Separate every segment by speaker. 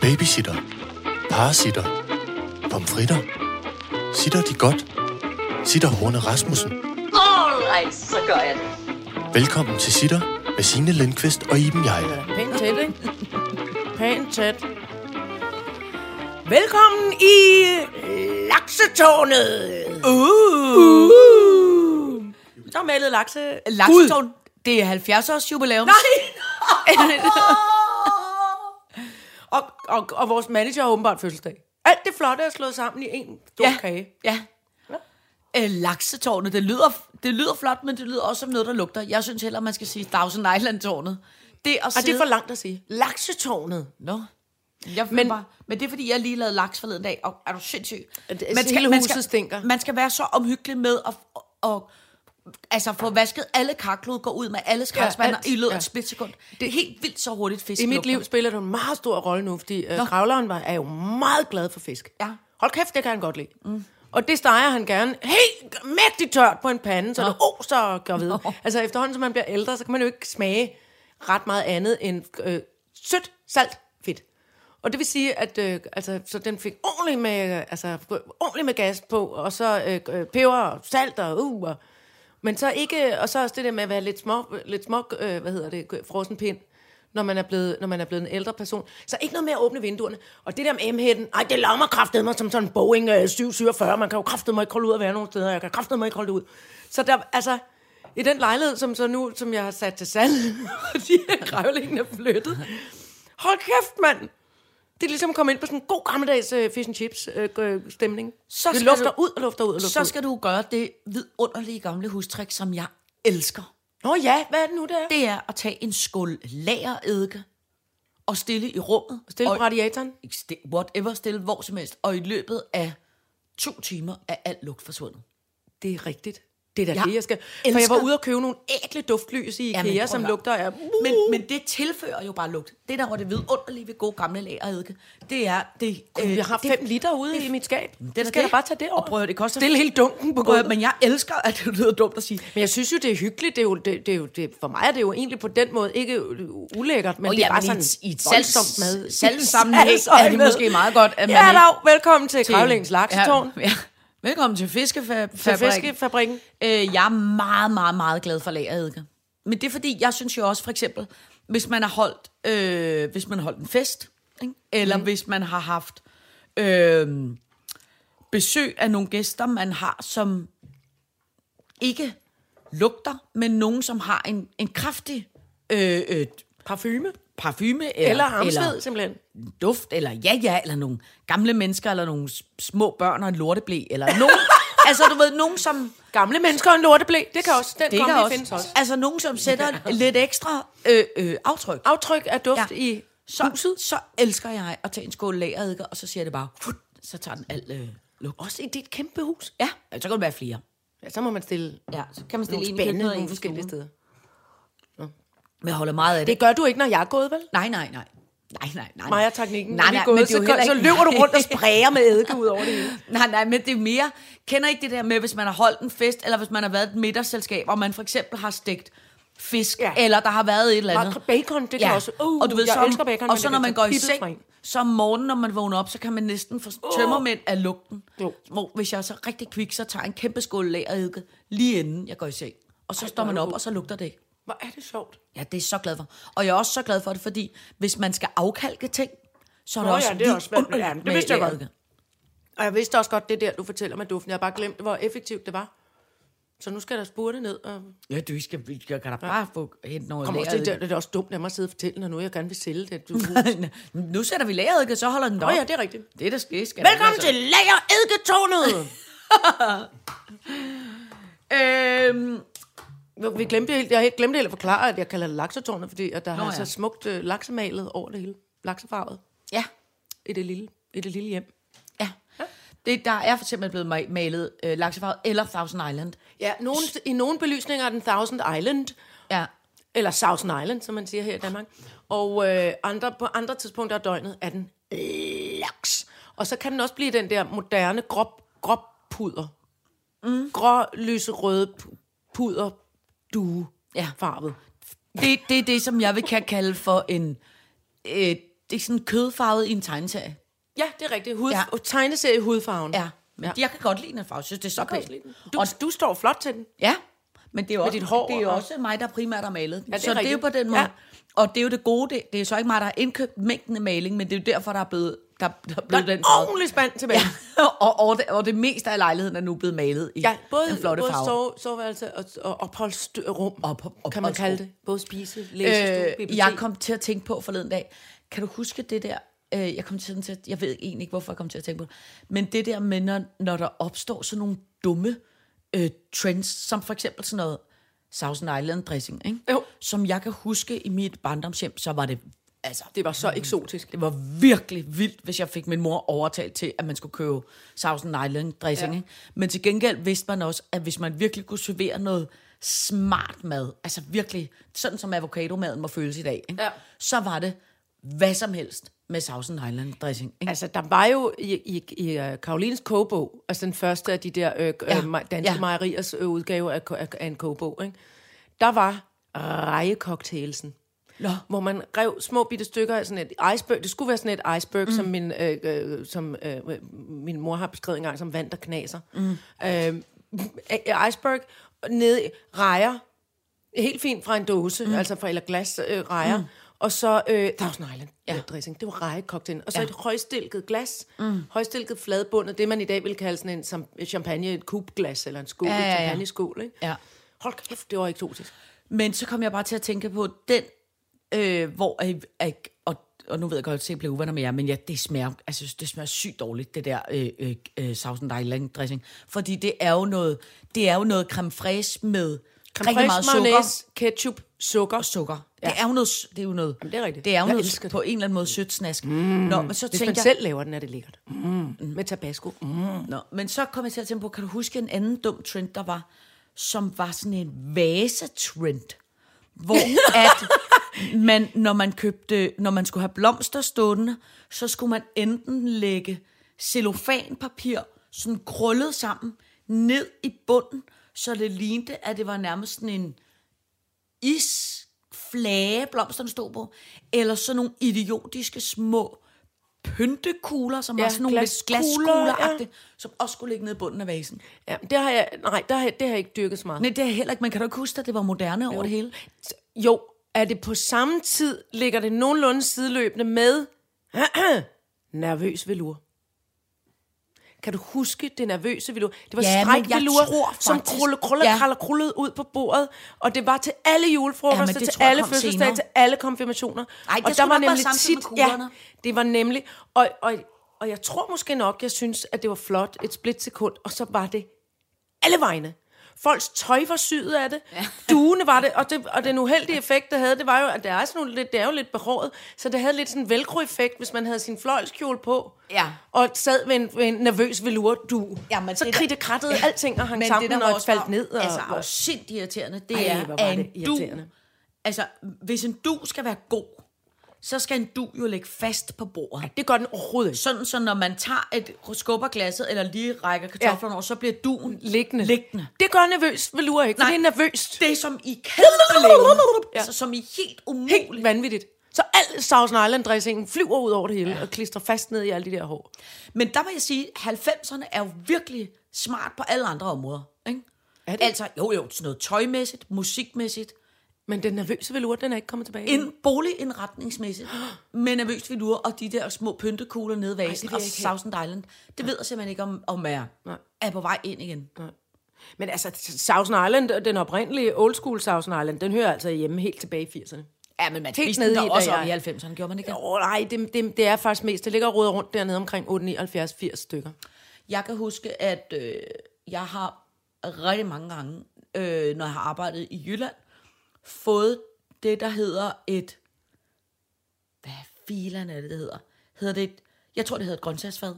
Speaker 1: Babysitter. Parasitter. Pomfritter. Sitter de godt? Sitter Horne Rasmussen.
Speaker 2: Alright, så gør jeg det.
Speaker 1: Velkommen til Sitter med Signe Lindqvist og Iben Jejle.
Speaker 3: Pænt tæt, ikke? Pænt tæt. Velkommen i laksetårnet. Uh. uh. Så malede lakse...
Speaker 4: Laksetårn, det er 70-års jubilæum.
Speaker 3: Nej! og, og, og vores manager har åbenbart fødselsdag. Alt det flotte er slået sammen i en stor
Speaker 4: ja,
Speaker 3: kage.
Speaker 4: ja. Øh, laksetårnet, det lyder, det lyder flot, men det lyder også som noget, der lugter. Jeg synes heller, man skal sige Thousand Island-tårnet. Det at
Speaker 3: Og det
Speaker 4: sidde-
Speaker 3: er for langt at sige. Laksetårnet.
Speaker 4: Nå. Jeg men,
Speaker 3: Men-
Speaker 4: bare, men det er, fordi jeg lige lavede laks forleden dag, og er du sindssyg?
Speaker 3: Det- hele huset stinker.
Speaker 4: Man skal være så omhyggelig med at, og, altså få vasket alle karklud, gå ud med alle skraldspandere
Speaker 3: alt.
Speaker 4: ja, i løbet af
Speaker 3: Ja.
Speaker 4: ja. et splitsekund. Det er helt vildt så hurtigt fisk
Speaker 3: I mit
Speaker 4: lugter.
Speaker 3: liv spiller det en meget stor rolle nu, fordi øh,
Speaker 4: Nå.
Speaker 3: kravleren var, er jo meget glad for fisk.
Speaker 4: Ja.
Speaker 3: Hold kæft, det kan han godt lide. Mm. Og det steger han gerne helt mægtigt tørt på en pande, så Nå. det oser og gør ved.
Speaker 4: Nå.
Speaker 3: Altså efterhånden, som man bliver ældre, så kan man jo ikke smage ret meget andet end øh, sødt, salt, fedt. Og det vil sige, at øh, altså, så den fik ordentligt med, øh, altså, ordentligt med gas på, og så øh, øh, peber og salt og uh, og, men så ikke, og så også det der med at være lidt små, lidt små øh, hvad hedder det, frossen pind, når man, er blevet, når man er blevet en ældre person. Så ikke noget med at åbne vinduerne. Og det der med M-hætten, ej, det laver mig kraftedeme mig som sådan en Boeing øh, 747. Man kan jo kraftedeme mig ikke holde ud at være nogen steder. Jeg kan kraftedeme mig ikke holde det ud. Så der, altså, i den lejlighed, som så nu, som jeg har sat til salg, fordi grævlingen er flyttet. Hold kæft, mand! Det er ligesom at komme ind på sådan en god gammeldags øh, fish and chips øh, øh, stemning. Så det
Speaker 4: skal
Speaker 3: lufter
Speaker 4: du-
Speaker 3: ud og lufter ud og lufter
Speaker 4: Så
Speaker 3: ud.
Speaker 4: skal du gøre det vidunderlige gamle hustrik, som jeg elsker.
Speaker 3: Nå ja, hvad er det nu, der?
Speaker 4: Det er at tage en skål lagereddike og stille i rummet.
Speaker 3: Stille
Speaker 4: og
Speaker 3: på radiatoren.
Speaker 4: ikke stil, whatever, stille hvor som helst. Og i løbet af to timer er alt lugt forsvundet.
Speaker 3: Det er rigtigt. Det er da
Speaker 4: Jeg
Speaker 3: det, jeg skal. For jeg
Speaker 4: elsker-
Speaker 3: var ude og købe nogle ækle duftlys i
Speaker 4: Ja,
Speaker 3: IKEA,
Speaker 4: men
Speaker 3: ja,
Speaker 4: prøv
Speaker 3: som
Speaker 4: at høre.
Speaker 3: lugter af... Uh,
Speaker 4: Men, men det tilfører jo bare lugt. Det der, hvor det vidunderlige ved gode gamle lagereddike, det er... Det,
Speaker 3: Øh, jeg har
Speaker 4: det,
Speaker 3: 5 liter ude i mit skab.
Speaker 4: det er
Speaker 3: Det
Speaker 4: da
Speaker 3: skal jeg da bare tage det over.
Speaker 4: Og prøv at høre, det koster...
Speaker 3: Stille hele dunken på
Speaker 4: Prøv at høre,
Speaker 3: gulvet.
Speaker 4: Men jeg elsker, at det lyder dumt at sige.
Speaker 3: Men jeg synes jo, det er hyggeligt. Det er jo, det, det er jo, det, for mig er det jo egentlig på den måde ikke u- ulækkert, men
Speaker 4: Åh,
Speaker 3: oh, det er
Speaker 4: ja,
Speaker 3: bare
Speaker 4: men
Speaker 3: sådan
Speaker 4: i et- i et salgs-
Speaker 3: mad.
Speaker 4: salgssammenhæng er det måske meget godt, at
Speaker 3: at man
Speaker 4: man
Speaker 3: Ja,
Speaker 4: ikke-
Speaker 3: dog. Velkommen til Kravlings Laksetårn.
Speaker 4: øh, Ja, ja. Velkommen til fiskefabrikken.
Speaker 3: Til fiskefabrikken.
Speaker 4: Øh, jeg er meget, meget, meget glad for lagereddike. Men det er fordi, jeg synes jo også, for eksempel, hvis man har holdt, øh, hvis man har holdt en fest, ikke? eller mm.
Speaker 3: Mhm.
Speaker 4: hvis man har haft øh, besøg af nogle gæster, man har, som ikke lugter, men nogen, som har en, en kraftig øh, øh,
Speaker 3: Parfume.
Speaker 4: parfume.
Speaker 3: Eller hamsved, simpelthen.
Speaker 4: duft, eller ja, ja, eller nogle gamle mennesker, eller nogle s- små børn og en lorteblæ, eller nogen, altså du ved, nogen som...
Speaker 3: Gamle mennesker og en lorteblæ. Det kan også. Den det
Speaker 4: kan
Speaker 3: kombi findes også.
Speaker 4: Altså nogen, som sætter lidt ekstra øh, øh, aftryk.
Speaker 3: Aftryk af duft
Speaker 4: Ja.
Speaker 3: i
Speaker 4: Så, huset, så elsker jeg at tage en skål lagereddike, og så siger jeg det bare, "Fut," så tager den alt øh, lugt.
Speaker 3: Også i dit kæmpe hus.
Speaker 4: Ja, så kan det være flere.
Speaker 3: Ja, så må man stille
Speaker 4: Ja, så kan man stille
Speaker 3: nogle spande
Speaker 4: en i køkkenet og
Speaker 3: nogle
Speaker 4: en i
Speaker 3: forskellige
Speaker 4: stuen.
Speaker 3: steder.
Speaker 4: Men jeg holder meget af det.
Speaker 3: Det gør du ikke, når jeg er gået, vel?
Speaker 4: Nej, nej, nej. Nej, nej, nej.
Speaker 3: Maja-teknikken,
Speaker 4: Nej,
Speaker 3: når vi
Speaker 4: nej,
Speaker 3: er gået,
Speaker 4: men det er
Speaker 3: så, gør-
Speaker 4: jo heller
Speaker 3: så
Speaker 4: ikke-
Speaker 3: løber du rundt og sprayer med eddike ud over det hele.
Speaker 4: Nej, nej, men det er mere... Kender I ikke det der med, hvis man har holdt en fest, eller hvis man har været i et middagsselskab, og man for eksempel har stegt fisk,
Speaker 3: Ja.
Speaker 4: ja. eller der har været et eller andet.
Speaker 3: Bare bacon, det kan også- Uh,
Speaker 4: og du ved,
Speaker 3: jeg
Speaker 4: så, om-
Speaker 3: elsker bacon, men
Speaker 4: og så
Speaker 3: det
Speaker 4: når
Speaker 3: kan tage
Speaker 4: man går i
Speaker 3: pippet
Speaker 4: seng,
Speaker 3: fra en.
Speaker 4: så om morgenen, når man vågner op, så kan man næsten få tømmermænd af lugten.
Speaker 3: Uh. Jo.
Speaker 4: Hvor, hvis jeg er så rigtig kvik, så tager jeg en kæmpe skål lagereddike lige inden jeg går i seng. Og så Ej, står man op, og så lugter det ikke.
Speaker 3: Hvor er det sjovt.
Speaker 4: Ja, det er jeg så glad for. Og jeg er også så glad for det, fordi hvis man skal afkalke ting, så er
Speaker 3: Nå
Speaker 4: det
Speaker 3: ja,
Speaker 4: også
Speaker 3: det er også svært.
Speaker 4: vidunderligt
Speaker 3: Ja, det
Speaker 4: med
Speaker 3: vidste jeg godt.
Speaker 4: lagereddike.
Speaker 3: Og jeg vidste også godt det der, du fortæller med duften. Jeg har bare glemt, hvor effektivt det var. Så nu skal der spurte ned. Og
Speaker 4: Ja, du skal, vi skal kan da bare få hentet noget
Speaker 3: Kom, også det, der, det er også dumt af mig at sidde og fortælle, når nu jeg gerne vil sælge det. Du, Nå
Speaker 4: nu sætter vi lagereddike, så holder den op.
Speaker 3: ja, det er rigtigt.
Speaker 4: Det er altså- der sker. Skal
Speaker 3: Velkommen til Lager Eddiketårnet!
Speaker 4: Øhm,
Speaker 3: Nå, Vi glemte helt, jeg helt- glemte helt at forklare, at jeg kalder det laksetårnet, fordi at der Nå,
Speaker 4: Nå,
Speaker 3: er så
Speaker 4: ja.
Speaker 3: smukt øh, laksemalet over det hele. Laksefarvet
Speaker 4: ja,
Speaker 3: i det lille, i det lille hjem.
Speaker 4: ja. Det, der er for eksempel blevet ma- malet øh, laksefarvet eller Thousand Island.
Speaker 3: Ja, nogen, i nogle belysninger er den Thousand Island,
Speaker 4: Ja.
Speaker 3: eller Thousand Island, som man siger her i Danmark. Og øh, andre, på andre tidspunkter af døgnet er den laks. Og så kan den også blive den der moderne grob, grob puder. Mm. Grå, lyserøde pu- puder due
Speaker 4: Ja.
Speaker 3: farvet.
Speaker 4: Det, det er det, som jeg vil kan kalde for en øh, det er sådan kødfarvet i en tegneserie.
Speaker 3: Ja, det er rigtigt. Hud,
Speaker 4: Ja.
Speaker 3: ja. Tegneserie i hudfarven.
Speaker 4: Ja. Men
Speaker 3: Ja.
Speaker 4: ja. jeg kan godt lide den farve. Jeg synes, det er så pænt.
Speaker 3: Du, og du står flot til den.
Speaker 4: Ja, men det er jo også,
Speaker 3: dit hår
Speaker 4: det er jo
Speaker 3: og-
Speaker 4: også mig, der primært har malet. Ja,
Speaker 3: det
Speaker 4: det
Speaker 3: er
Speaker 4: så det er jo
Speaker 3: rigtigt.
Speaker 4: på den måde. Ja.
Speaker 3: Ja.
Speaker 4: Og det er jo det gode, det, det er så ikke mig, der har indkøbt mængden af maling, men det er jo derfor, der er blevet, der, der er
Speaker 3: Der
Speaker 4: blevet
Speaker 3: er
Speaker 4: den farve.
Speaker 3: ordentlig spand tilbage.
Speaker 4: Ja, og, og, det, og det meste af lejligheden er nu blevet malet i
Speaker 3: Ja, både,
Speaker 4: den flotte
Speaker 3: både
Speaker 4: farve.
Speaker 3: sove, soveværelse og, og opholdsrum,
Speaker 4: Og på-
Speaker 3: kan man kalde
Speaker 4: opholdsrum.
Speaker 3: det. Både spise, læsestue, øh,
Speaker 4: Øh,
Speaker 3: bibliotek.
Speaker 4: jeg kom til at tænke på forleden dag, kan du huske det der, øh, jeg kom til, til at, jeg ved egentlig ikke, hvorfor jeg kom til at tænke på det, men det der med, når, når der opstår sådan nogle dumme øh, trends, som for eksempel sådan noget Thousand Island dressing, ikke?
Speaker 3: Jo.
Speaker 4: som jeg kan huske i mit barndomshjem, så var det, altså,
Speaker 3: Det var så eksotisk.
Speaker 4: det var virkelig vildt, hvis jeg fik min mor overtalt til, at man skulle købe Thousand Island dressing. Ja. Men til gengæld vidste man også, at hvis man virkelig kunne servere noget smart mad, altså virkelig, sådan som avocadomaden må føles i dag, ikke?
Speaker 3: Ja.
Speaker 4: så var det hvad som helst med Thousand Island dressing. Ikke?
Speaker 3: Altså, der var jo i, i, i øh, Karolines kogebog, altså den første af de der øh,
Speaker 4: Ja,
Speaker 3: ja. øh, mej- danske
Speaker 4: ja.
Speaker 3: ja. mejeriers øh, udgave af, ko- af, af en kogebog, ikke? der var rejecocktailsen.
Speaker 4: Nå.
Speaker 3: Hvor man rev små bitte stykker af sådan et iceberg. Det skulle være sådan et iceberg, mm. som, min, øh, øh, som øh, øh, min mor har beskrevet engang som vand, der knaser. Mm. Øh, øh, iceberg, nede i rejer, helt fint fra en dåse, mm. altså fra eller glas øh, rejer. Mm. Og så øh, Thousand Island ja. dressing. Det var rejekoktailen. Og så
Speaker 4: Ja.
Speaker 3: ja. et højstilket glas. Mm. Højstilket fladbundet. Det man i dag ville kalde sådan en sam- champagne, et kubglas eller en skål.
Speaker 4: Ja,
Speaker 3: Ja,
Speaker 4: ja,
Speaker 3: ja,
Speaker 4: ja.
Speaker 3: ja. Champagne-skål, ikke?
Speaker 4: Ja.
Speaker 3: Hold kæft, det var eksotisk.
Speaker 4: Men så kom jeg bare til at tænke på den, øh, hvor jeg, jeg, og, og nu ved jeg godt, at jeg bliver uvenner med jer, men ja, det smager, altså, det smager sygt dårligt, det der øh, øh, øh, Thousand Island dressing. Fordi det er jo noget, det er jo noget creme fraiche med creme rigtig meget sukker.
Speaker 3: mayonnaise, ketchup, sukker.
Speaker 4: Og sukker. Ja. Det er jo noget, s- det er jo noget,
Speaker 3: Jamen, det er rigtigt.
Speaker 4: Det er jo
Speaker 3: Jeg
Speaker 4: noget
Speaker 3: elsker det.
Speaker 4: på en eller anden måde sødt snask. Mm. Nå, men så
Speaker 3: Hvis
Speaker 4: tænkte
Speaker 3: man
Speaker 4: jeg,
Speaker 3: selv laver den, er det lækkert. Mm. Med tabasco. Mm.
Speaker 4: Nå, men så kom jeg til at tænke på, kan du huske en anden dum trend, der var, som var sådan en vasetrend, hvor at man, når man købte, når man skulle have blomster stående, så skulle man enten lægge cellofanpapir sådan krøllet sammen ned i bunden, så det lignede, at det var nærmest sådan en isflage, blomsterne stod på, eller sådan nogle idiotiske små pyntekugler, som ja,
Speaker 3: Ja,
Speaker 4: var sådan nogle lidt
Speaker 3: glaskugler,
Speaker 4: glaskugler ja. som også skulle ligge nede i bunden af vasen.
Speaker 3: Ja, det har jeg, nej, der har jeg, det har jeg ikke dyrket så meget.
Speaker 4: Nej, det er heller ikke, men kan du ikke huske, at det var moderne over det hele?
Speaker 3: Jo, er det på samme tid, ligger det nogenlunde sideløbende med nervøs velur. Kan du huske det nervøse velur? Det var
Speaker 4: Ja, men jeg
Speaker 3: strækvelur,
Speaker 4: tror
Speaker 3: som
Speaker 4: faktisk-
Speaker 3: krulle, krulle,
Speaker 4: Ja.
Speaker 3: ja. kralle, krullede ud på bordet, og det var til alle
Speaker 4: Ja, men
Speaker 3: julefrokoster,
Speaker 4: det
Speaker 3: ja, til
Speaker 4: tror jeg
Speaker 3: alle
Speaker 4: kom
Speaker 3: fødselsdage,
Speaker 4: senere.
Speaker 3: til alle konfirmationer.
Speaker 4: Ej, det
Speaker 3: og
Speaker 4: skulle
Speaker 3: der var
Speaker 4: nok være
Speaker 3: nemlig
Speaker 4: samtidig med
Speaker 3: tit, ja,
Speaker 4: kuglerne.
Speaker 3: det var nemlig, og, og, og jeg tror måske nok, jeg synes, at det var flot et splitsekund, og så var det alle vegne. Folks tøj var syet af det. Ja. Duene var det, og, det, og den uheldige effekt, det havde, det var jo, at det er, sådan nogle, lidt, det er jo lidt behåret, så det havde lidt sådan en velcro-effekt, hvis man havde sin fløjlskjole på,
Speaker 4: Ja.
Speaker 3: og sad med en, med en nervøs velurdu.
Speaker 4: Ja, men
Speaker 3: så
Speaker 4: det der-
Speaker 3: kridte krattede ja. alting og hang
Speaker 4: Men
Speaker 3: sammen,
Speaker 4: det, der
Speaker 3: og
Speaker 4: også var-
Speaker 3: faldt ned. Og,
Speaker 4: altså,
Speaker 3: og,
Speaker 4: afsindigt irriterende, det
Speaker 3: Ej,
Speaker 4: er,
Speaker 3: hvor var
Speaker 4: at
Speaker 3: det
Speaker 4: en du...
Speaker 3: irriterende.
Speaker 4: Altså, hvis en du skal være god, så skal en du jo ligge fast på bordet.
Speaker 3: det gør den overhovedet ikke.
Speaker 4: Sådan, så når man tager et skubber glasset, eller lige rækker kartoflerne ja. over, så bliver duen
Speaker 3: Liggende.
Speaker 4: liggende.
Speaker 3: Det gør nervøs velur ikke, for
Speaker 4: Nej.
Speaker 3: det er nervøst.
Speaker 4: Det er som i kæmpe levende.
Speaker 3: Ja.
Speaker 4: Altså, som i helt umuligt.
Speaker 3: Helt vanvittigt. Så al Thousand Island-dressingen flyver ud over det hele, ja. og klistrer fast ned i alle de der hår.
Speaker 4: Men der må jeg sige, at 90'erne er jo virkelig smart på alle andre områder. Ikke?
Speaker 3: Er det? Mm.
Speaker 4: Altså, jo jo, sådan noget tøjmæssigt, musikmæssigt,
Speaker 3: Men den nervøse velur, den er ikke kommet tilbage.
Speaker 4: ind, boligindretningsmæssigt, med nervøst velure og de der små pyntekugler nede i vasen
Speaker 3: vil
Speaker 4: og
Speaker 3: jeg ikke have.
Speaker 4: Thousand Island. Det ved jeg simpelthen ikke, om, om er,
Speaker 3: Nej.
Speaker 4: er på vej ind igen.
Speaker 3: Men altså, Thousand Island, den oprindelige old school Thousand Island, den hører altså hjemme helt tilbage i 80'erne.
Speaker 4: Ja, men man
Speaker 3: Helt
Speaker 4: spiste
Speaker 3: nede
Speaker 4: den der
Speaker 3: i, da
Speaker 4: også
Speaker 3: jeg-
Speaker 4: op i 90'erne, gjorde man ikke? det?
Speaker 3: Åh, oh, nej, det, det, det, er faktisk mest. Det ligger og roder rundt dernede omkring 8, 79, 80 stykker.
Speaker 4: Jeg kan huske, at øh, jeg har rigtig mange gange, øh, når jeg har arbejdet i Jylland, fået det, der hedder et... Hvad filan er det, det hedder? Hedder det et, jeg tror, det hedder et grøntsagsfad.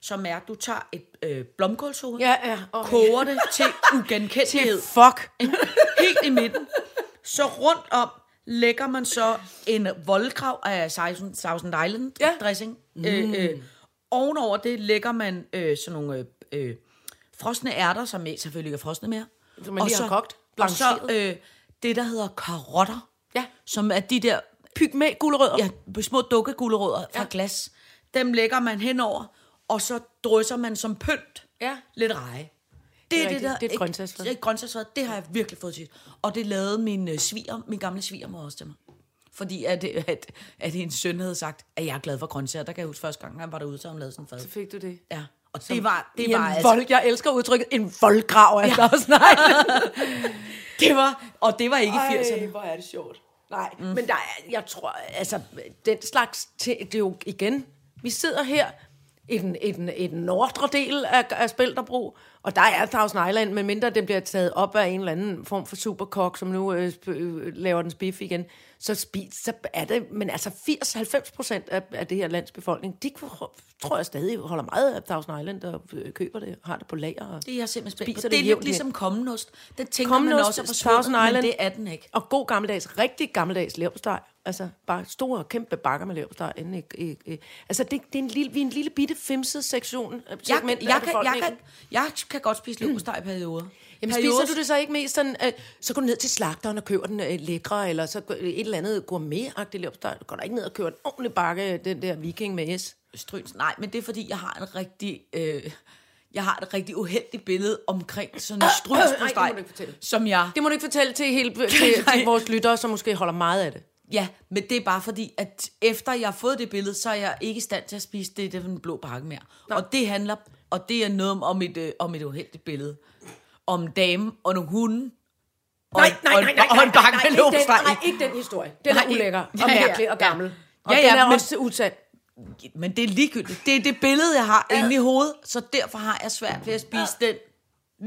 Speaker 4: Som er, at du tager et øh, blomkålshoved,
Speaker 3: Ja, ja, okay.
Speaker 4: koger det til ugenkendelighed,
Speaker 3: fuck.
Speaker 4: helt i midten. Så rundt om lægger man så en voldgrav af Thousand Thousand Island
Speaker 3: Ja.
Speaker 4: dressing. Mm. Øh, øh, ovenover det lægger man øh, sådan nogle øh, øh, frosne ærter, som ikke selvfølgelig ikke er frosne mere.
Speaker 3: Som man lige har kogt,
Speaker 4: Og så
Speaker 3: blancheret.
Speaker 4: øh, det, der hedder karotter,
Speaker 3: Ja.
Speaker 4: som er de der
Speaker 3: pygmæ gulerødder.
Speaker 4: ja, små dukkegulerødder fra ja. glas. Dem lægger man henover, og så drysser man som pynt
Speaker 3: Ja.
Speaker 4: lidt reje.
Speaker 3: Det er rigtigt. Det er et grøntsagsfad.
Speaker 4: Det er et grøntsagsfad. Det har jeg virkelig fået til. Og det lavede min øh, sviger, min gamle svigermor også til mig. Fordi at, øh, at, at hendes søn havde sagt, at jeg er glad for grøntsager. Der kan jeg huske første gang, han var derude, så han lavede sådan en fad.
Speaker 3: Så fik du det.
Speaker 4: Ja. Og det var, det
Speaker 3: I
Speaker 4: var
Speaker 3: en vold, altså- jeg elsker udtrykket, en voldgrav altså. er ja. også. Nej,
Speaker 4: det var, og det var ikke i 80'erne.
Speaker 3: hvor er det sjovt. Nej, mm. men der er, jeg tror, altså, den slags, te, det er jo igen, vi sidder her i den, i den, i den nordre del af, af Spælterbro, og der er Thousand Island, men mindre det bliver taget op af en eller anden form for superkok, som nu øh, sp- øh, laver den spiff igen, så, spis, så er det, men altså 80-90 procent af, af det her lands befolkning, de kunne- tror jeg stadig holder meget af Thousand Island og øh, køber det, har det på lager. Og,
Speaker 4: Det er jeg simpelthen spændt
Speaker 3: Spiser det
Speaker 4: på. Det er lidt
Speaker 3: jævnligt.
Speaker 4: ligesom kommenost. Den tænker man
Speaker 3: Kommenost,
Speaker 4: også er
Speaker 3: Thousand
Speaker 4: forsvundet, men
Speaker 3: Island.
Speaker 4: det er den ikke.
Speaker 3: Og god gammeldags, rigtig gammeldags leverpostej. Altså bare store, kæmpe bakker med leverpostej. Inde i, i, i. Altså det, det er en lille, vi er en lille bitte femset sektion. øh,
Speaker 4: jeg, jeg, jeg, kan, jeg, kan, jeg kan godt spise leverpostej i perioder.
Speaker 3: Jamen
Speaker 4: perioder,
Speaker 3: spiser du det så ikke mest sådan, øh, så går du ned til slagteren og køber den øh, lækre, eller så går- et eller andet gourmet-agtigt leverpostej. Du går da ikke ned og køber en ordentlig bakke, den der viking med S.
Speaker 4: Stryns, nej, men det er fordi, jeg har en rigtig... Øh, jeg har et rigtig uheldigt billede omkring sådan en stryns
Speaker 3: øh, nej, det må du ikke fortælle.
Speaker 4: som jeg...
Speaker 3: Det må du ikke fortælle til, hele, til, til vores lyttere, som måske holder meget af det.
Speaker 4: Ja, men det er bare fordi, at efter jeg har fået det billede, så er jeg ikke i stand til at spise det, der er den blå pakke mere. Og det handler, og det er noget om- om et, øh, om et uheldigt billede. Om en dame og nogle hunde. Og,
Speaker 3: Nej, nej,
Speaker 4: og,
Speaker 3: nej, nej,
Speaker 4: og, og en
Speaker 3: nej, nej,
Speaker 4: bakke med
Speaker 3: ikke den,
Speaker 4: leverpostej.
Speaker 3: nej, ikke den historie. Den
Speaker 4: Nej,
Speaker 3: er ulækker og
Speaker 4: ja, ja,
Speaker 3: mærkelig og
Speaker 4: ja.
Speaker 3: gammel. Og
Speaker 4: Ja,
Speaker 3: den
Speaker 4: ja,
Speaker 3: er
Speaker 4: men-
Speaker 3: også usand.
Speaker 4: Men det er ligegyldigt. Det er det billede, jeg har inde i hovedet, så derfor har jeg svært ved at spise den.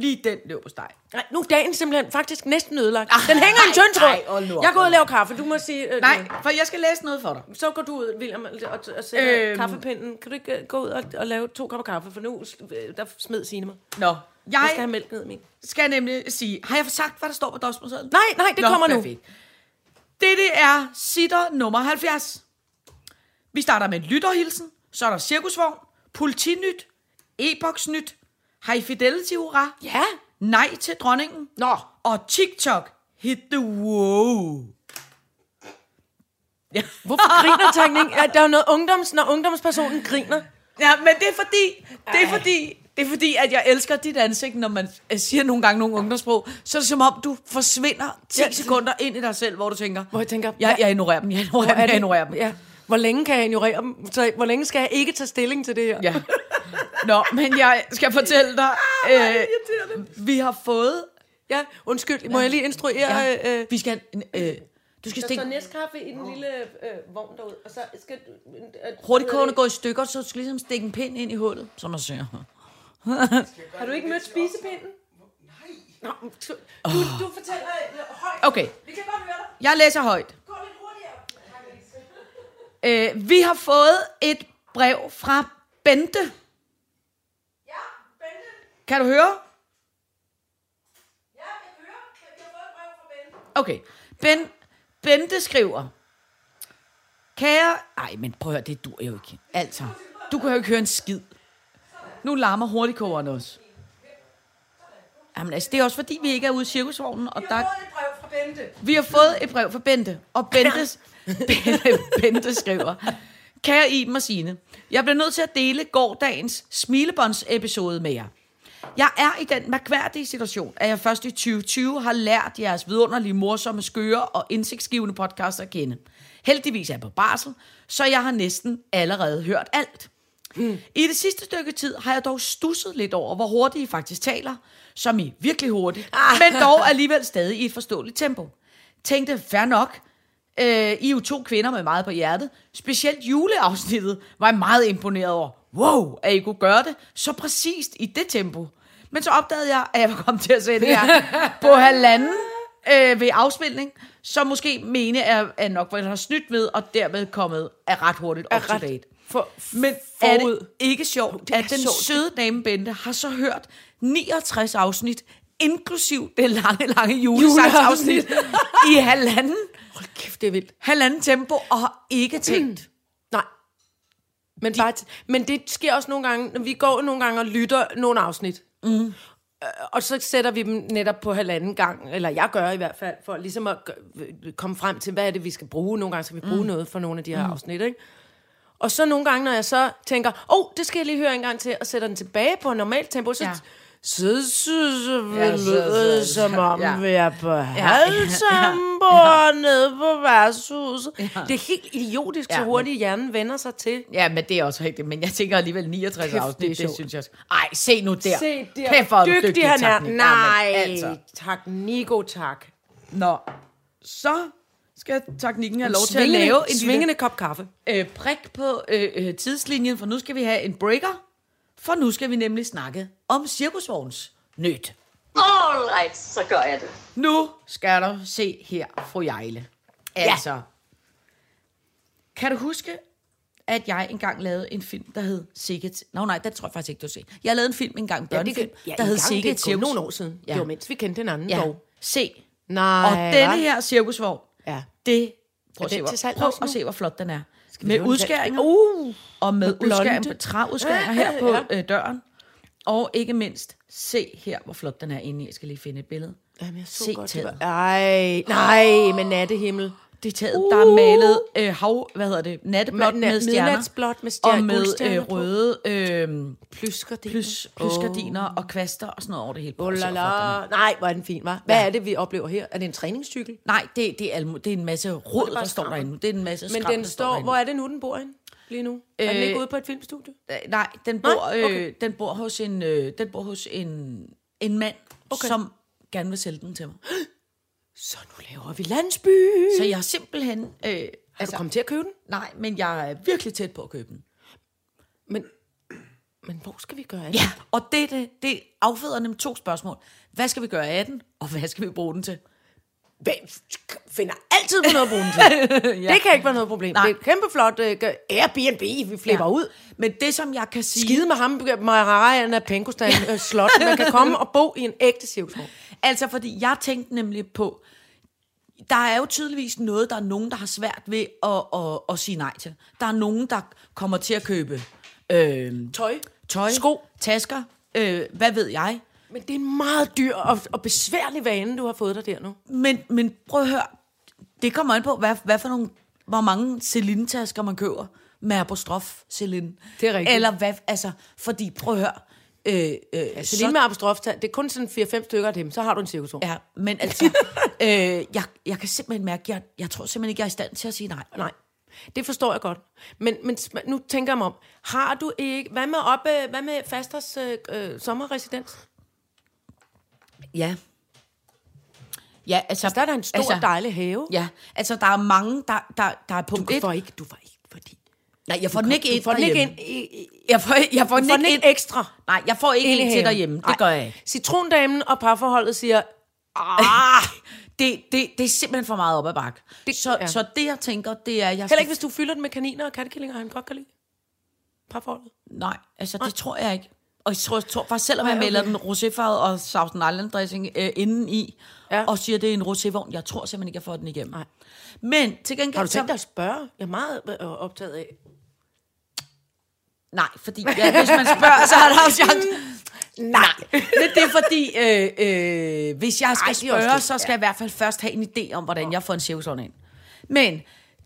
Speaker 4: Lige den leverpostej.
Speaker 3: Nej, nu er dagen simpelthen faktisk næsten ødelagt.
Speaker 4: Ah,
Speaker 3: den hænger i en tynd
Speaker 4: ej, hold nu
Speaker 3: tråd.
Speaker 4: op,
Speaker 3: Jeg går ud og
Speaker 4: hold
Speaker 3: laver kaffe. Du må sige... Øh,
Speaker 4: Nej, for jeg skal læse noget for dig.
Speaker 3: Så går du ud, William, og, og sætter
Speaker 4: Øhm.
Speaker 3: kaffepinden. Kan du ikke øh, gå ud og, og lave to kopper kaffe? For nu øh, der smed Signe mig.
Speaker 4: Nå, jeg,
Speaker 3: Jeg skal have mælk ned i min.
Speaker 4: skal nemlig sige... Har jeg sagt, hvad der står på dosmersedlen?
Speaker 3: Nej, nej, det kommer nu.
Speaker 4: Dette er sitter nummer 70. Vi starter med en lytterhilsen, så er der cirkusvogn, politinyt, e-boksnyt, high fidelity hurra,
Speaker 3: Ja.
Speaker 4: nej til dronningen,
Speaker 3: Nå.
Speaker 4: og TikTok hit the wow. Ja.
Speaker 3: Hvorfor griner Tagning? Ja, der er jo noget ungdoms, når ungdomspersonen griner.
Speaker 4: ja, men det er fordi, det er fordi, det er fordi, at jeg elsker dit ansigt, når man øh, siger nogle gange nogle ungdomssprog, så er det som om, du forsvinder 10
Speaker 3: Ja.
Speaker 4: sekunder ind i dig selv, hvor du tænker,
Speaker 3: Hvor jeg tænker,
Speaker 4: jeg, jeg ignorerer dem, jeg ignorerer
Speaker 3: hvor
Speaker 4: dem, jeg ignorerer dem.
Speaker 3: Ja. Hvor længe kan jeg ignorere dem? Så, hvor længe skal jeg ikke tage stilling til det her?
Speaker 4: Ja. Nå, men jeg skal fortælle dig, øh, vi har fået...
Speaker 3: ja. Undskyld, må jeg lige instruere... Ja. Øh,
Speaker 4: vi skal... Øh, du skal
Speaker 3: der står
Speaker 4: stikke
Speaker 3: næstkaffe i den lille øh, vogn derude, og så skal du... Øh,
Speaker 4: hurtigkogende gå i stykker, så du skal ligesom stikke en pind ind i hullet, som man siger.
Speaker 3: Har du ikke mødt spisepinden? Nej. Nå, du, du, du fortæller øh, højt.
Speaker 4: Okay,
Speaker 3: Vi kan godt høre dig.
Speaker 4: jeg læser højt.
Speaker 3: Gå lidt hurtigere.
Speaker 4: Øh, vi har fået et brev fra Bente.
Speaker 3: Ja, Bente.
Speaker 4: Kan du høre?
Speaker 3: Ja, jeg hører. Vi har fået et brev fra Bente.
Speaker 4: Okay. Ben, Bente skriver. Kære... Ej, men prøv at høre, det dur jo ikke. Altså, du kan jo ikke høre en skid. Nu larmer hurtigkogeren også. Jamen, altså, det er også fordi, vi ikke er ude i cirkusvognen, og der...
Speaker 3: et brev fra Bente.
Speaker 4: Vi har fået et brev fra Bente, og Bentes, Bente, Bente skriver, Kære Iben og Signe, jeg bliver nødt til at dele gårdagens smilebåndsepisode med jer. Jeg er i den mærkværdige situation, at jeg først i 2020 har lært jeres vidunderlige, morsomme, skøre og indsigtsgivende podcaster at kende. Heldigvis er jeg på barsel, så jeg har næsten allerede hørt alt. I det sidste stykke tid har jeg dog stusset lidt over, hvor hurtigt I faktisk taler, som I virkelig hurtigt,
Speaker 3: Ah.
Speaker 4: men dog alligevel stadig i et forståeligt tempo. Tænkte, fair nok, øh, I er jo to kvinder med meget på hjertet. Specielt juleafsnittet var jeg meget imponeret over. Wow, at I kunne gøre det så præcist i det tempo. Men så opdagede jeg, at jeg var kommet til at sætte jer på halvanden øh, ved afspilning, så måske mene, at jeg nok var har snydt med, og dermed kommet er ret hurtigt up to
Speaker 3: ret
Speaker 4: date.
Speaker 3: For,
Speaker 4: Men er
Speaker 3: forud.
Speaker 4: det ikke sjovt,
Speaker 3: det er
Speaker 4: at den
Speaker 3: sjovt.
Speaker 4: søde dame Bente har så hørt 69 afsnit, inklusiv det lange, lange julesangsafsnit, i halvanden,
Speaker 3: Hold kæft, det er vildt.
Speaker 4: halvanden tempo, og har ikke tænkt.
Speaker 3: Nej. Men, bare, men det sker også nogle gange, når vi går nogle gange og lytter nogle afsnit. Mm. og så sætter vi dem netop på halvanden gang, eller jeg gør i hvert fald, for ligesom at gø- komme frem til, hvad er det, vi skal bruge. Nogle gange skal vi bruge mm. noget for nogle af de her mm. afsnit, ikke? Og så nogle gange, når jeg så tænker, åh, oh, det skal jeg lige høre en gang til, og sætter den tilbage på normalt tempo, så,
Speaker 4: Ja.
Speaker 3: ja. så synes jeg,
Speaker 4: Ja,
Speaker 3: det
Speaker 4: så-
Speaker 3: lyder
Speaker 4: så-
Speaker 3: som om,
Speaker 4: ja.
Speaker 3: ja. vi er på
Speaker 4: ja,
Speaker 3: halvtempo ja, ja. nede på værtshuset. Ja. Det er helt idiotisk,
Speaker 4: Ja,
Speaker 3: så
Speaker 4: men-
Speaker 3: hurtigt hjernen vender sig til.
Speaker 4: Ja, men det er også rigtigt. Men jeg tænker alligevel 69
Speaker 3: Kæft, det
Speaker 4: Kæft,
Speaker 3: er
Speaker 4: afsnit, det, det
Speaker 3: sjovt.
Speaker 4: synes jeg også. Ej, se nu der.
Speaker 3: Se der,
Speaker 4: Kæft, hvor er du
Speaker 3: dygtig, han er.
Speaker 4: tak, Nick.
Speaker 3: Nej,
Speaker 4: Jamen, altså.
Speaker 3: tak, Nico, tak.
Speaker 4: Nå, så skal teknikken have lov til at
Speaker 3: Svingende-
Speaker 4: lave en
Speaker 3: svingende kop kaffe.
Speaker 4: lille øh, prik på øh, øh, tidslinjen, for nu skal vi have en breaker, for nu skal vi nemlig snakke om cirkusvogns nyt.
Speaker 2: All right, så gør jeg det.
Speaker 4: Nu skal du se her, fru Jejle. Altså, ja. kan du huske, at jeg engang lavede en film, der hed Sikkert... Nå nej, den tror jeg faktisk ikke, du har set. Jeg lavede en film engang, en børnefilm, ja, der hed
Speaker 3: det er
Speaker 4: Sikkert
Speaker 3: kun nogle år siden.
Speaker 4: Ja.
Speaker 3: Ja. Det var mens vi kendte hinanden ja.
Speaker 4: Ja,
Speaker 3: dog.
Speaker 4: se.
Speaker 3: Nej,
Speaker 4: Og denne
Speaker 3: hva'?
Speaker 4: her cirkusvogn,
Speaker 3: Ja.
Speaker 4: det... Prøv, at
Speaker 3: Er
Speaker 4: se,
Speaker 3: den
Speaker 4: hvor,
Speaker 3: til salg
Speaker 4: prøv
Speaker 3: også
Speaker 4: at
Speaker 3: nu?
Speaker 4: se, hvor flot den er.
Speaker 3: vi
Speaker 4: Med
Speaker 3: lave en
Speaker 4: udskæringer.
Speaker 3: Uh,
Speaker 4: og med
Speaker 3: blonde.
Speaker 4: udskæringer, træudskæringer her på
Speaker 3: Ja.
Speaker 4: øh, døren. Og ikke mindst, se her, hvor flot den er inde i. Jeg skal lige finde et billede.
Speaker 3: Jamen, jeg så
Speaker 4: Se
Speaker 3: godt,
Speaker 4: taget.
Speaker 3: det var... Ej, nej, med nattehimmel.
Speaker 4: Det er taget, uh. der er malet øh, hav, hvad hedder det, natteblåt
Speaker 3: Ma- na-
Speaker 4: med, stjerner.
Speaker 3: midnatsblåt med stjer-
Speaker 4: Og med
Speaker 3: guldstjerner
Speaker 4: øh,
Speaker 3: på.
Speaker 4: røde øh,
Speaker 3: Plysker det.
Speaker 4: plys, plysgardiner oh. og kvaster og sådan noget over det hele. Prøv
Speaker 3: Oh,
Speaker 4: at se,
Speaker 3: la,
Speaker 4: hvor flot den
Speaker 3: la.
Speaker 4: er.
Speaker 3: Nej, hvor er den fin, var. Hvad ja. er det, vi oplever her? Er det en træningscykel?
Speaker 4: Nej, det, det, er, almo- det er en masse rod, der
Speaker 3: bare
Speaker 4: står
Speaker 3: skram.
Speaker 4: derinde nu. Det er en masse
Speaker 3: Men
Speaker 4: skram,
Speaker 3: den
Speaker 4: der
Speaker 3: står...
Speaker 4: derinde.
Speaker 3: Hvor er det nu, den bor henne lige nu? Øh, er den
Speaker 4: Øh,
Speaker 3: ikke ude på et filmstudie?
Speaker 4: Øh, Nej, den bor,
Speaker 3: Nej? Okay.
Speaker 4: øh, den bor hos en, øh, den bor hos en, en mand, okay.
Speaker 3: Okay.
Speaker 4: som gerne vil sælge den til mig.
Speaker 3: Så nu laver vi landsby.
Speaker 4: Så jeg er simpelthen... Øh,
Speaker 3: Er du kommet til at købe den?
Speaker 4: Nej, men jeg er virkelig tæt på at købe den.
Speaker 3: Men, men hvor skal vi gøre af
Speaker 4: Ja, og det, det, det afføder nemlig to spørgsmål. Hvad skal vi gøre af den, og hvad skal vi bruge den til?
Speaker 3: Hvem finder altid på noget at bruge den til?
Speaker 4: Ja.
Speaker 3: ja. Det kan ikke være noget problem.
Speaker 4: Nej.
Speaker 3: Nej. Det er kæmpe flot. Uh, Airbnb, vi flipper ja. ud.
Speaker 4: Men det, som jeg kan sige...
Speaker 3: Skide med ham, Mariana Penkostan ja. øh, Slot. Man kan komme og bo i en ægte cirkusvogn.
Speaker 4: Altså, fordi jeg tænkte nemlig på, der er jo tydeligvis noget, der er nogen, der har svært ved at, at, at sige nej til. Der er nogen, der kommer til at købe øh,
Speaker 3: Tøj.
Speaker 4: tøj,
Speaker 3: Sko.
Speaker 4: tasker, øh, hvad ved jeg.
Speaker 3: Men det er en meget dyr og, og besværlig vane, du har fået dig der nu.
Speaker 4: Men, men prøv at høre, det kommer an på, hvad, hvad for nogle, hvor mange Celine-tasker man køber med apostrof Celine.
Speaker 3: Det er rigtigt.
Speaker 4: Eller hvad, altså, fordi prøv at høre, øh, øh, ja,
Speaker 3: Så lige med apostrof, det er kun sådan 4-5 stykker af dem, så har du en cirkusvogn. Ja.
Speaker 4: Ja, men altså, øh, jeg, jeg kan simpelthen mærke, jeg, jeg tror simpelthen ikke, jeg er i stand til at sige nej.
Speaker 3: Nej, det forstår jeg godt. Men, men sm- nu tænker jeg mig om, har du ikke... Hvad med, op, øh, hvad med Fasters øh, øh, sommerresidens?
Speaker 4: Ja. Ja, altså...
Speaker 3: Der er der en stor, altså, dejlig have.
Speaker 4: Ja, altså der er mange, der, der, der er punkt
Speaker 3: Du
Speaker 4: et.
Speaker 3: får ikke, du får ikke, fordi...
Speaker 4: Nej, jeg får den ikke
Speaker 3: du
Speaker 4: ind
Speaker 3: får den ikke
Speaker 4: derhjemme.
Speaker 3: ind, i, i,
Speaker 4: Jeg får, jeg får,
Speaker 3: du får den ikke
Speaker 4: ind.
Speaker 3: ekstra.
Speaker 4: Nej, jeg får ikke
Speaker 3: ind i
Speaker 4: en til
Speaker 3: haven.
Speaker 4: derhjemme. Det
Speaker 3: Nej.
Speaker 4: gør jeg ikke.
Speaker 3: Citrondamen og parforholdet siger,
Speaker 4: Ah, det, det, det er simpelthen for meget op ad bakke.
Speaker 3: Det-
Speaker 4: så,
Speaker 3: ja.
Speaker 4: så det, jeg tænker, det er... Jeg
Speaker 3: heller ikke hvis du fylder den med kaniner og kattekillinger, han godt kan lide parforholdet.
Speaker 4: Nej, altså det tror jeg ikke. Og jeg tror, jeg tror faktisk, selvom jeg
Speaker 3: Nej,
Speaker 4: melder
Speaker 3: okay.
Speaker 4: den roséfarvet og Southern Island dressing øh, inden i, ja.
Speaker 3: Ja.
Speaker 4: og siger, det er en rosévogn, jeg tror simpelthen ikke, jeg får den igennem.
Speaker 3: Nej.
Speaker 4: Men til gengæld...
Speaker 3: Har du
Speaker 4: så-
Speaker 3: tænkt dig at spørge? Jeg er meget øh, optaget af.
Speaker 4: Nej, fordi ja, hvis man spørger, så har der også chance. Nej, men det er fordi, øh, øh, hvis jeg skal
Speaker 3: Ej,
Speaker 4: Ej,
Speaker 3: det er også
Speaker 4: spørge,
Speaker 3: det.
Speaker 4: så skal jeg i hvert fald først have en idé om, hvordan jeg får en cirkusvogn ind. Men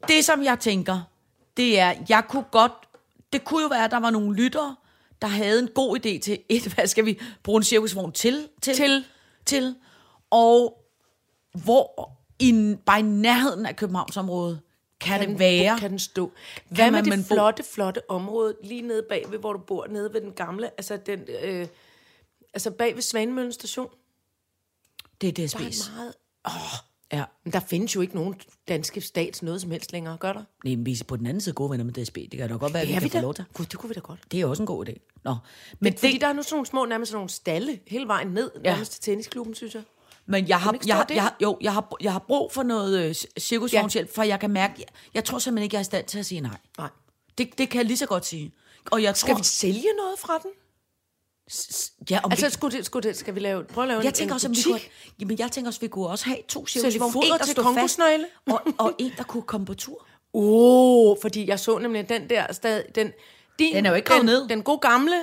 Speaker 4: det, som jeg tænker, det er, jeg kunne godt, det kunne jo være, at der var nogle lyttere, der havde en god idé til, et, hvad skal vi bruge en cirkusvogn til? Til. Til. til og hvor i, bare i nærheden af Københavnsområdet kan, kan det være?
Speaker 3: Kan den stå? Hvad med
Speaker 4: man- man
Speaker 3: det
Speaker 4: bo-
Speaker 3: flotte, flotte område lige nede bagved, hvor du bor, nede ved den gamle, altså den... Øh, altså bag ved Svanemøllen station,
Speaker 4: det er
Speaker 3: der
Speaker 4: DSB's.
Speaker 3: er meget...
Speaker 4: Ja.
Speaker 3: Men der findes jo ikke nogen danske stats noget som helst længere, gør der?
Speaker 4: Nej, men vi er på den anden side gode venner med DSB. Det kan da godt være, at vi kan få lov til.
Speaker 3: Gud, det kunne vi da godt.
Speaker 4: Det er også en god idé. Nå. Men,
Speaker 3: Fordi
Speaker 4: det,
Speaker 3: der er nu sådan nogle små, nærmest sådan nogle stalle, hele vejen ned, nærmest til tennisklubben, synes jeg.
Speaker 4: men jeg har,
Speaker 3: ikke
Speaker 4: jeg,
Speaker 3: stå
Speaker 4: har-
Speaker 3: det?
Speaker 4: jeg, har- jo, jeg har, jeg har brug for noget øh, cir- cirkusvognshjælp, for jeg kan mærke, jeg, jeg tror simpelthen ikke, jeg er i stand til at sige nej.
Speaker 3: Nej.
Speaker 4: Det, det kan jeg lige så godt sige. Og jeg
Speaker 3: Skal
Speaker 4: tror,
Speaker 3: vi sælge noget fra den?
Speaker 4: ja, om
Speaker 3: Altså,
Speaker 4: altså,
Speaker 3: skulle det, skulle det, skal vi lave, prøve at lave
Speaker 4: vi,
Speaker 3: en,
Speaker 4: jeg tænker
Speaker 3: en
Speaker 4: også, at vi
Speaker 3: butik?
Speaker 4: kunne, jamen, jeg tænker også, at vi kunne også have to
Speaker 3: vi
Speaker 4: cirkusvogne.
Speaker 3: foder
Speaker 4: En, der
Speaker 3: til
Speaker 4: stod fast,
Speaker 3: kongosnegle?
Speaker 4: og, og en, der kunne komme på tur.
Speaker 3: Åh, oh, fordi jeg så nemlig den der stad, den, din,
Speaker 4: Den er jo ikke gravet
Speaker 3: den,
Speaker 4: ned.
Speaker 3: Den gode gamle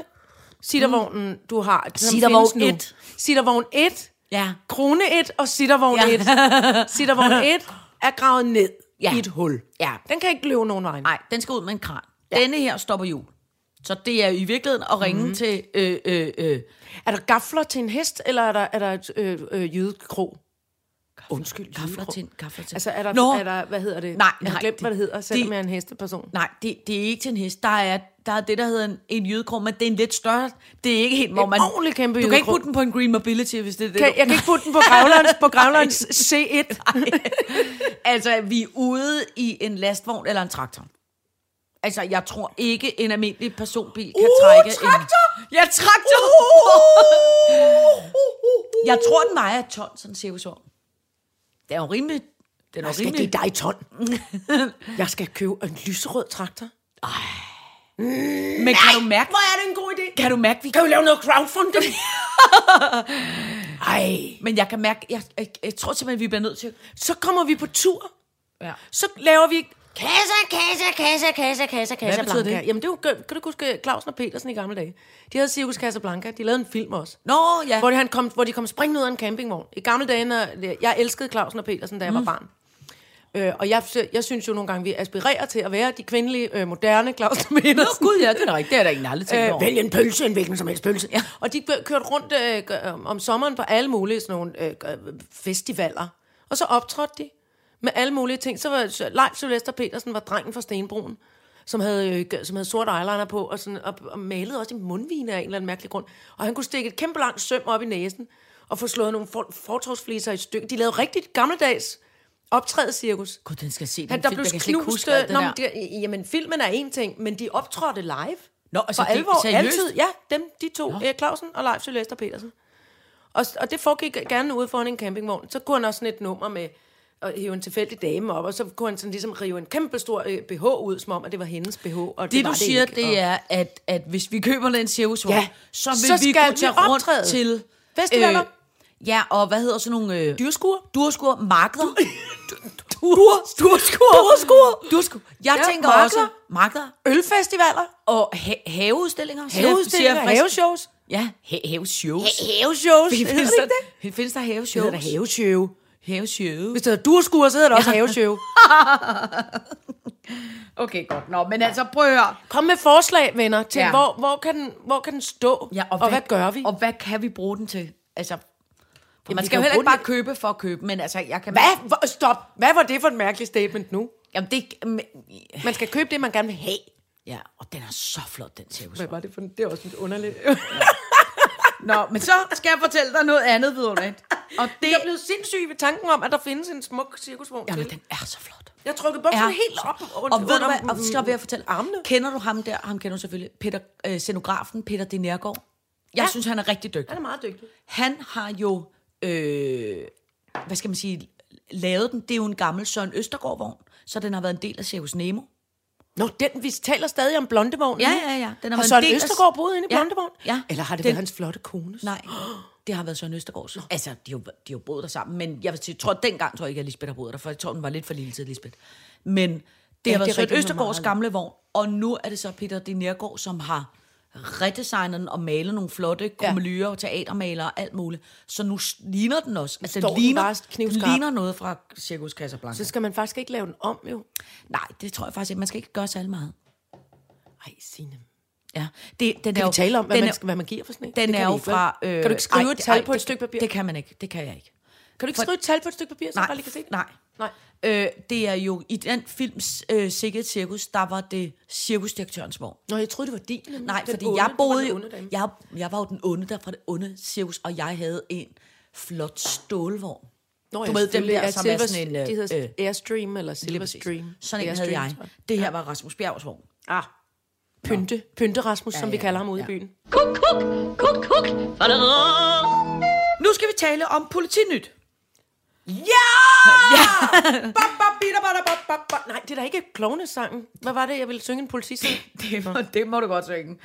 Speaker 3: Sittervognen, du har. som
Speaker 4: Sittervogn
Speaker 3: findes nu.
Speaker 4: et.
Speaker 3: Sittervogn 1,
Speaker 4: Ja.
Speaker 3: Krone 1 og Sittervogn
Speaker 4: Ja.
Speaker 3: 1. Sittervogn 1 er gravet ned
Speaker 4: Ja.
Speaker 3: i et hul.
Speaker 4: Ja.
Speaker 3: Den kan ikke løbe nogen vej.
Speaker 4: Nej, den skal ud med en kran. Ja. Denne her stopper jul. Så det er i virkeligheden at
Speaker 3: Mhm.
Speaker 4: ringe mm. til... Øh, øh, øh.
Speaker 3: Er der gafler til en hest, eller er der, er der et øh, øh, jødekrog? Undskyld,
Speaker 4: Gafler
Speaker 3: jødekrog.
Speaker 4: til, en- gafler til.
Speaker 3: Altså, er der,
Speaker 4: Nå,
Speaker 3: er der, hvad hedder det?
Speaker 4: Nej,
Speaker 3: jeg
Speaker 4: nej,
Speaker 3: har glemt, hvad det
Speaker 4: det-
Speaker 3: hedder, selvom
Speaker 4: det-
Speaker 3: jeg er en hesteperson.
Speaker 4: Nej, det, det er ikke til en hest. Der er, der er det, der hedder en, en jødekrog, men det er en lidt større... Det er ikke helt, hvor
Speaker 3: En
Speaker 4: man...
Speaker 3: ordentlig kæmpe
Speaker 4: Du kan ikke
Speaker 3: jydekrog.
Speaker 4: putte den på en green mobility, hvis det er det.
Speaker 3: Kan,
Speaker 4: du-
Speaker 3: jeg kan ikke putte den på gravlerens, på gravlerens C1.
Speaker 4: altså, vi er ude i en lastvogn eller en traktor. Altså, jeg tror ikke, en almindelig personbil kan
Speaker 3: Uh,
Speaker 4: trække
Speaker 3: traktor!
Speaker 4: en... Ja, traktor!
Speaker 3: Uh,
Speaker 4: jeg tror, den vejer et ton, sådan ser vi så. Det er jo rimelig... Den er jo
Speaker 3: Jeg skal give
Speaker 4: rimelig...
Speaker 3: dig ton. Jeg skal købe en lyserød traktor.
Speaker 4: Men kan du mærke...
Speaker 3: Hvor er det en god idé?
Speaker 4: Kan du mærke, vi
Speaker 3: Kan vi lave noget crowdfunding? Ej.
Speaker 4: Men jeg kan mærke... Jeg, jeg, jeg tror simpelthen, vi bliver nødt til...
Speaker 3: Så kommer vi på tur.
Speaker 4: Ja.
Speaker 3: Så laver vi...
Speaker 2: Kasse, kasse, kasse, kasse, kasse, kasse.
Speaker 3: Hvad betyder
Speaker 4: Casablanca.
Speaker 3: det? Jamen, det er jo, gø- kan du ikke huske Clausen og Petersen i gamle dage? De havde Circus Casablanca. De lavede en film også.
Speaker 4: Nå, ja.
Speaker 3: Hvor de, han kom, hvor de kom springende ud af en campingvogn. I gamle dage, når, jeg elskede Clausen og Petersen, da jeg mm. var barn. Øh, og jeg, jeg synes jo nogle gange, vi aspirerer til at være de kvindelige, øh, moderne Clausen og
Speaker 4: Nå,
Speaker 3: Petersen.
Speaker 4: gud, ja, det er da rigtigt. Det er der ingen aldrig tænkt
Speaker 3: Øh,
Speaker 4: over.
Speaker 3: vælg en pølse, en hvilken som helst pølse. Ja. Og de kø- kørte rundt øh, g- om- om sommeren på alle mulige sådan nogle, øh, g- festivaler. Og så optrådte de med alle mulige ting. Så var så Leif Sylvester Petersen var drengen fra Stenbroen, som havde, øh, g- som havde sort eyeliner på, og, sådan, og, og malede også i mundvine af en eller anden mærkelig grund. Og han kunne stikke et kæmpe langt søm op i næsen, og få slået nogle for, fortorvsfliser i stykker. De lavede rigtigt gammeldags optrædescirkus.
Speaker 4: Gud, den skal se den
Speaker 3: Han, der
Speaker 4: film.
Speaker 3: blev
Speaker 4: Jeg kan slet ikke
Speaker 3: knust... øh,
Speaker 4: huske alt det
Speaker 3: Nå,
Speaker 4: der.
Speaker 3: men det, jamen, filmen er en ting, men de optrådte live.
Speaker 4: Nå, altså,
Speaker 3: for
Speaker 4: det-
Speaker 3: alvor.
Speaker 4: seriøst?
Speaker 3: Altid, ja, dem, de to. Æ, Clausen og Leif Sylvester Petersen. Og, og det foregik gerne ude foran en campingvogn. Så kunne han også sådan et nummer med at hive en tilfældig dame op, og så kunne han sådan ligesom rive en kæmpe stor øh, BH ud, som om, at det var hendes BH. Og det,
Speaker 4: Det,
Speaker 3: var
Speaker 4: du
Speaker 3: det
Speaker 4: siger,
Speaker 3: ikke,
Speaker 4: det
Speaker 3: og-
Speaker 4: er, at, at hvis vi køber den cirkusvogn,
Speaker 3: Ja,
Speaker 4: ja, så vil
Speaker 3: så
Speaker 4: vi
Speaker 3: skal
Speaker 4: kunne
Speaker 3: vi
Speaker 4: tage rundt
Speaker 3: optræde.
Speaker 4: til...
Speaker 3: Festivaler.
Speaker 4: Øh, ja, og hvad hedder sådan nogle... Øh,
Speaker 3: Dyrskuer?
Speaker 4: Durskur, markeder.
Speaker 3: Dur,
Speaker 4: Durskur.
Speaker 3: Durskuer.
Speaker 4: Durskur. Jeg
Speaker 3: Ja,
Speaker 4: tænker
Speaker 3: markeder.
Speaker 4: også... Markeder.
Speaker 3: Ølfestivaler?
Speaker 4: Og ha- haveudstillinger. siger-
Speaker 3: Haveudstillinger?
Speaker 4: siger jeg frisk.
Speaker 3: Haveshows?
Speaker 4: Ja, ha- haveshows.
Speaker 3: Haveshows?
Speaker 4: Findes,
Speaker 3: Findes
Speaker 4: der,
Speaker 3: det?
Speaker 4: findes der
Speaker 3: Det
Speaker 4: haveshows?
Speaker 3: hedder da haveshow.
Speaker 4: haveshows.
Speaker 3: Hvis det hedder durskuer, så hedder det også haveshow.
Speaker 4: Okay, godt. Nå, men altså, prøv at høre.
Speaker 3: Kom med forslag, venner, til ja.
Speaker 4: Ja.
Speaker 3: hvor, hvor, kan den, hvor kan den stå, ja, og, og hvad, hvad gør vi?
Speaker 4: Og hvad kan vi bruge den til? Altså, for
Speaker 3: vi
Speaker 4: man skal
Speaker 3: kan
Speaker 4: jo
Speaker 3: jo
Speaker 4: heller ikke
Speaker 3: bruge
Speaker 4: bare
Speaker 3: den-
Speaker 4: købe for at købe, men altså, jeg kan...
Speaker 3: Hvad? Hvor- Stop. Hvad var det for et mærkeligt statement nu?
Speaker 4: Jamen, det... Men,
Speaker 3: Man skal købe det, man gerne vil have.
Speaker 4: ja, og den er så flot, den cirkus.
Speaker 3: Hvad var det for Det er også lidt underligt.
Speaker 4: Nå, men så skal jeg fortælle dig noget andet vidunderligt. Og det...
Speaker 3: Jeg blev sindssyg ved tanken om, at der findes en smuk cirkusvogn
Speaker 4: Jamen,
Speaker 3: til.
Speaker 4: den er så flot.
Speaker 3: Jeg trykkede buksen
Speaker 4: Er
Speaker 3: helt
Speaker 4: så-
Speaker 3: op rundt,
Speaker 4: og ved du
Speaker 3: under
Speaker 4: hvad, og så skal jeg fortælle,
Speaker 3: armene.
Speaker 4: kender du ham der, ham kender du selvfølgelig, Peter, øh, scenografen Peter D. Nergård? Jeg
Speaker 3: Ja.
Speaker 4: ja. synes, han er rigtig dygtig.
Speaker 3: Han er meget dygtig.
Speaker 4: Han har jo, øh, hvad skal man sige, lavet den. Det er jo en gammel Søren Østergaard-vogn, så den har været en del af Circus Nemo.
Speaker 3: Nå, den, vi taler stadig om blondevognen.
Speaker 4: Ja,
Speaker 3: ikke?
Speaker 4: ja, ja. Den har
Speaker 3: har
Speaker 4: været
Speaker 3: Søren
Speaker 4: en del af-
Speaker 3: Østergaard boet inde i
Speaker 4: Ja,
Speaker 3: blondevognen?
Speaker 4: ja.
Speaker 3: Eller har det
Speaker 4: Den-
Speaker 3: været hans flotte kone?
Speaker 4: Nej, det har været Søren Østergaards. Altså, de har, de har boet der sammen, men jeg vil sige, tror, dengang tror jeg ikke, at Lisbeth har boet der, for jeg tror, hun var lidt for lille til Lisbeth. Men det ja, har
Speaker 3: det er
Speaker 4: været Søren
Speaker 3: rigtigt, hun var
Speaker 4: Østergaards
Speaker 3: meget
Speaker 4: gamle vogn, og nu er det så Peter D. Nergård, som har redesignet den og malet nogle flotte komelyrer og teatermalere og alt muligt. Så nu s- ligner den også. Altså,
Speaker 3: står
Speaker 4: den
Speaker 3: den bare
Speaker 4: ligner, den
Speaker 3: knivskarp.
Speaker 4: ligner noget fra Circus Casablanca.
Speaker 3: Så skal man faktisk ikke lave den om, jo.
Speaker 4: Nej, det tror jeg faktisk ikke. Man skal ikke gøre særlig meget.
Speaker 3: Ej, Signe.
Speaker 4: Ja. Det, den
Speaker 3: Kan
Speaker 4: er jo,
Speaker 3: vi tale om, hvad,
Speaker 4: den
Speaker 3: man,
Speaker 4: er-
Speaker 3: skal, hvad man giver for sådan en?
Speaker 4: Den
Speaker 3: Det kan
Speaker 4: er
Speaker 3: vi
Speaker 4: jo
Speaker 3: ikke, vel?
Speaker 4: fra... Øh,
Speaker 3: kan du ikke skrive
Speaker 4: ej,
Speaker 3: et tal
Speaker 4: ej,
Speaker 3: på et
Speaker 4: det-
Speaker 3: stykke papir?
Speaker 4: Det kan man ikke. Det kan jeg ikke.
Speaker 3: Kan du ikke
Speaker 4: For-
Speaker 3: skrive et tal på et stykke papir, så jeg bare lige kan se det?
Speaker 4: nej.
Speaker 3: Nej.
Speaker 4: Øh, det er jo i den films øh, Sikkert Cirkus, der var det cirkusdirektørens vogn.
Speaker 3: Nå, jeg troede, det var din. nemlig.
Speaker 4: Nej,
Speaker 3: Den
Speaker 4: fordi
Speaker 3: onde,
Speaker 4: jeg
Speaker 3: det var
Speaker 4: boede
Speaker 3: den
Speaker 4: jo...
Speaker 3: onde dame.
Speaker 4: Jeg, jeg var jo den onde der fra det onde cirkus, og jeg havde en flot stålvogn.
Speaker 3: Nå,
Speaker 4: du
Speaker 3: ja,
Speaker 4: ved, dem
Speaker 3: selvfølgelig.
Speaker 4: der,
Speaker 3: Ja,
Speaker 4: som er
Speaker 3: Silver-
Speaker 4: sådan en...
Speaker 3: Det
Speaker 4: Øh,
Speaker 3: hedder
Speaker 4: øh,
Speaker 3: Airstream eller Silverstream.
Speaker 4: sådan en havde
Speaker 3: Airstream,
Speaker 4: jeg.
Speaker 3: tror
Speaker 4: Det her var Rasmus Bjergs vogn.
Speaker 3: Ah. Pynte. Pynte Rasmus, som vi
Speaker 4: ja,
Speaker 3: kalder ham ude i
Speaker 4: ja.
Speaker 3: byen.
Speaker 2: Kuk, kuk, kuk, kuk.
Speaker 4: Nu skal vi tale om politinyt.
Speaker 3: Ja! Bop, bop, bitter, bada, bop, bop, bop. Nej, det er da ikke klovnesangen. Hvad var det, jeg ville synge en politisang?
Speaker 4: Det må, det må du godt synge.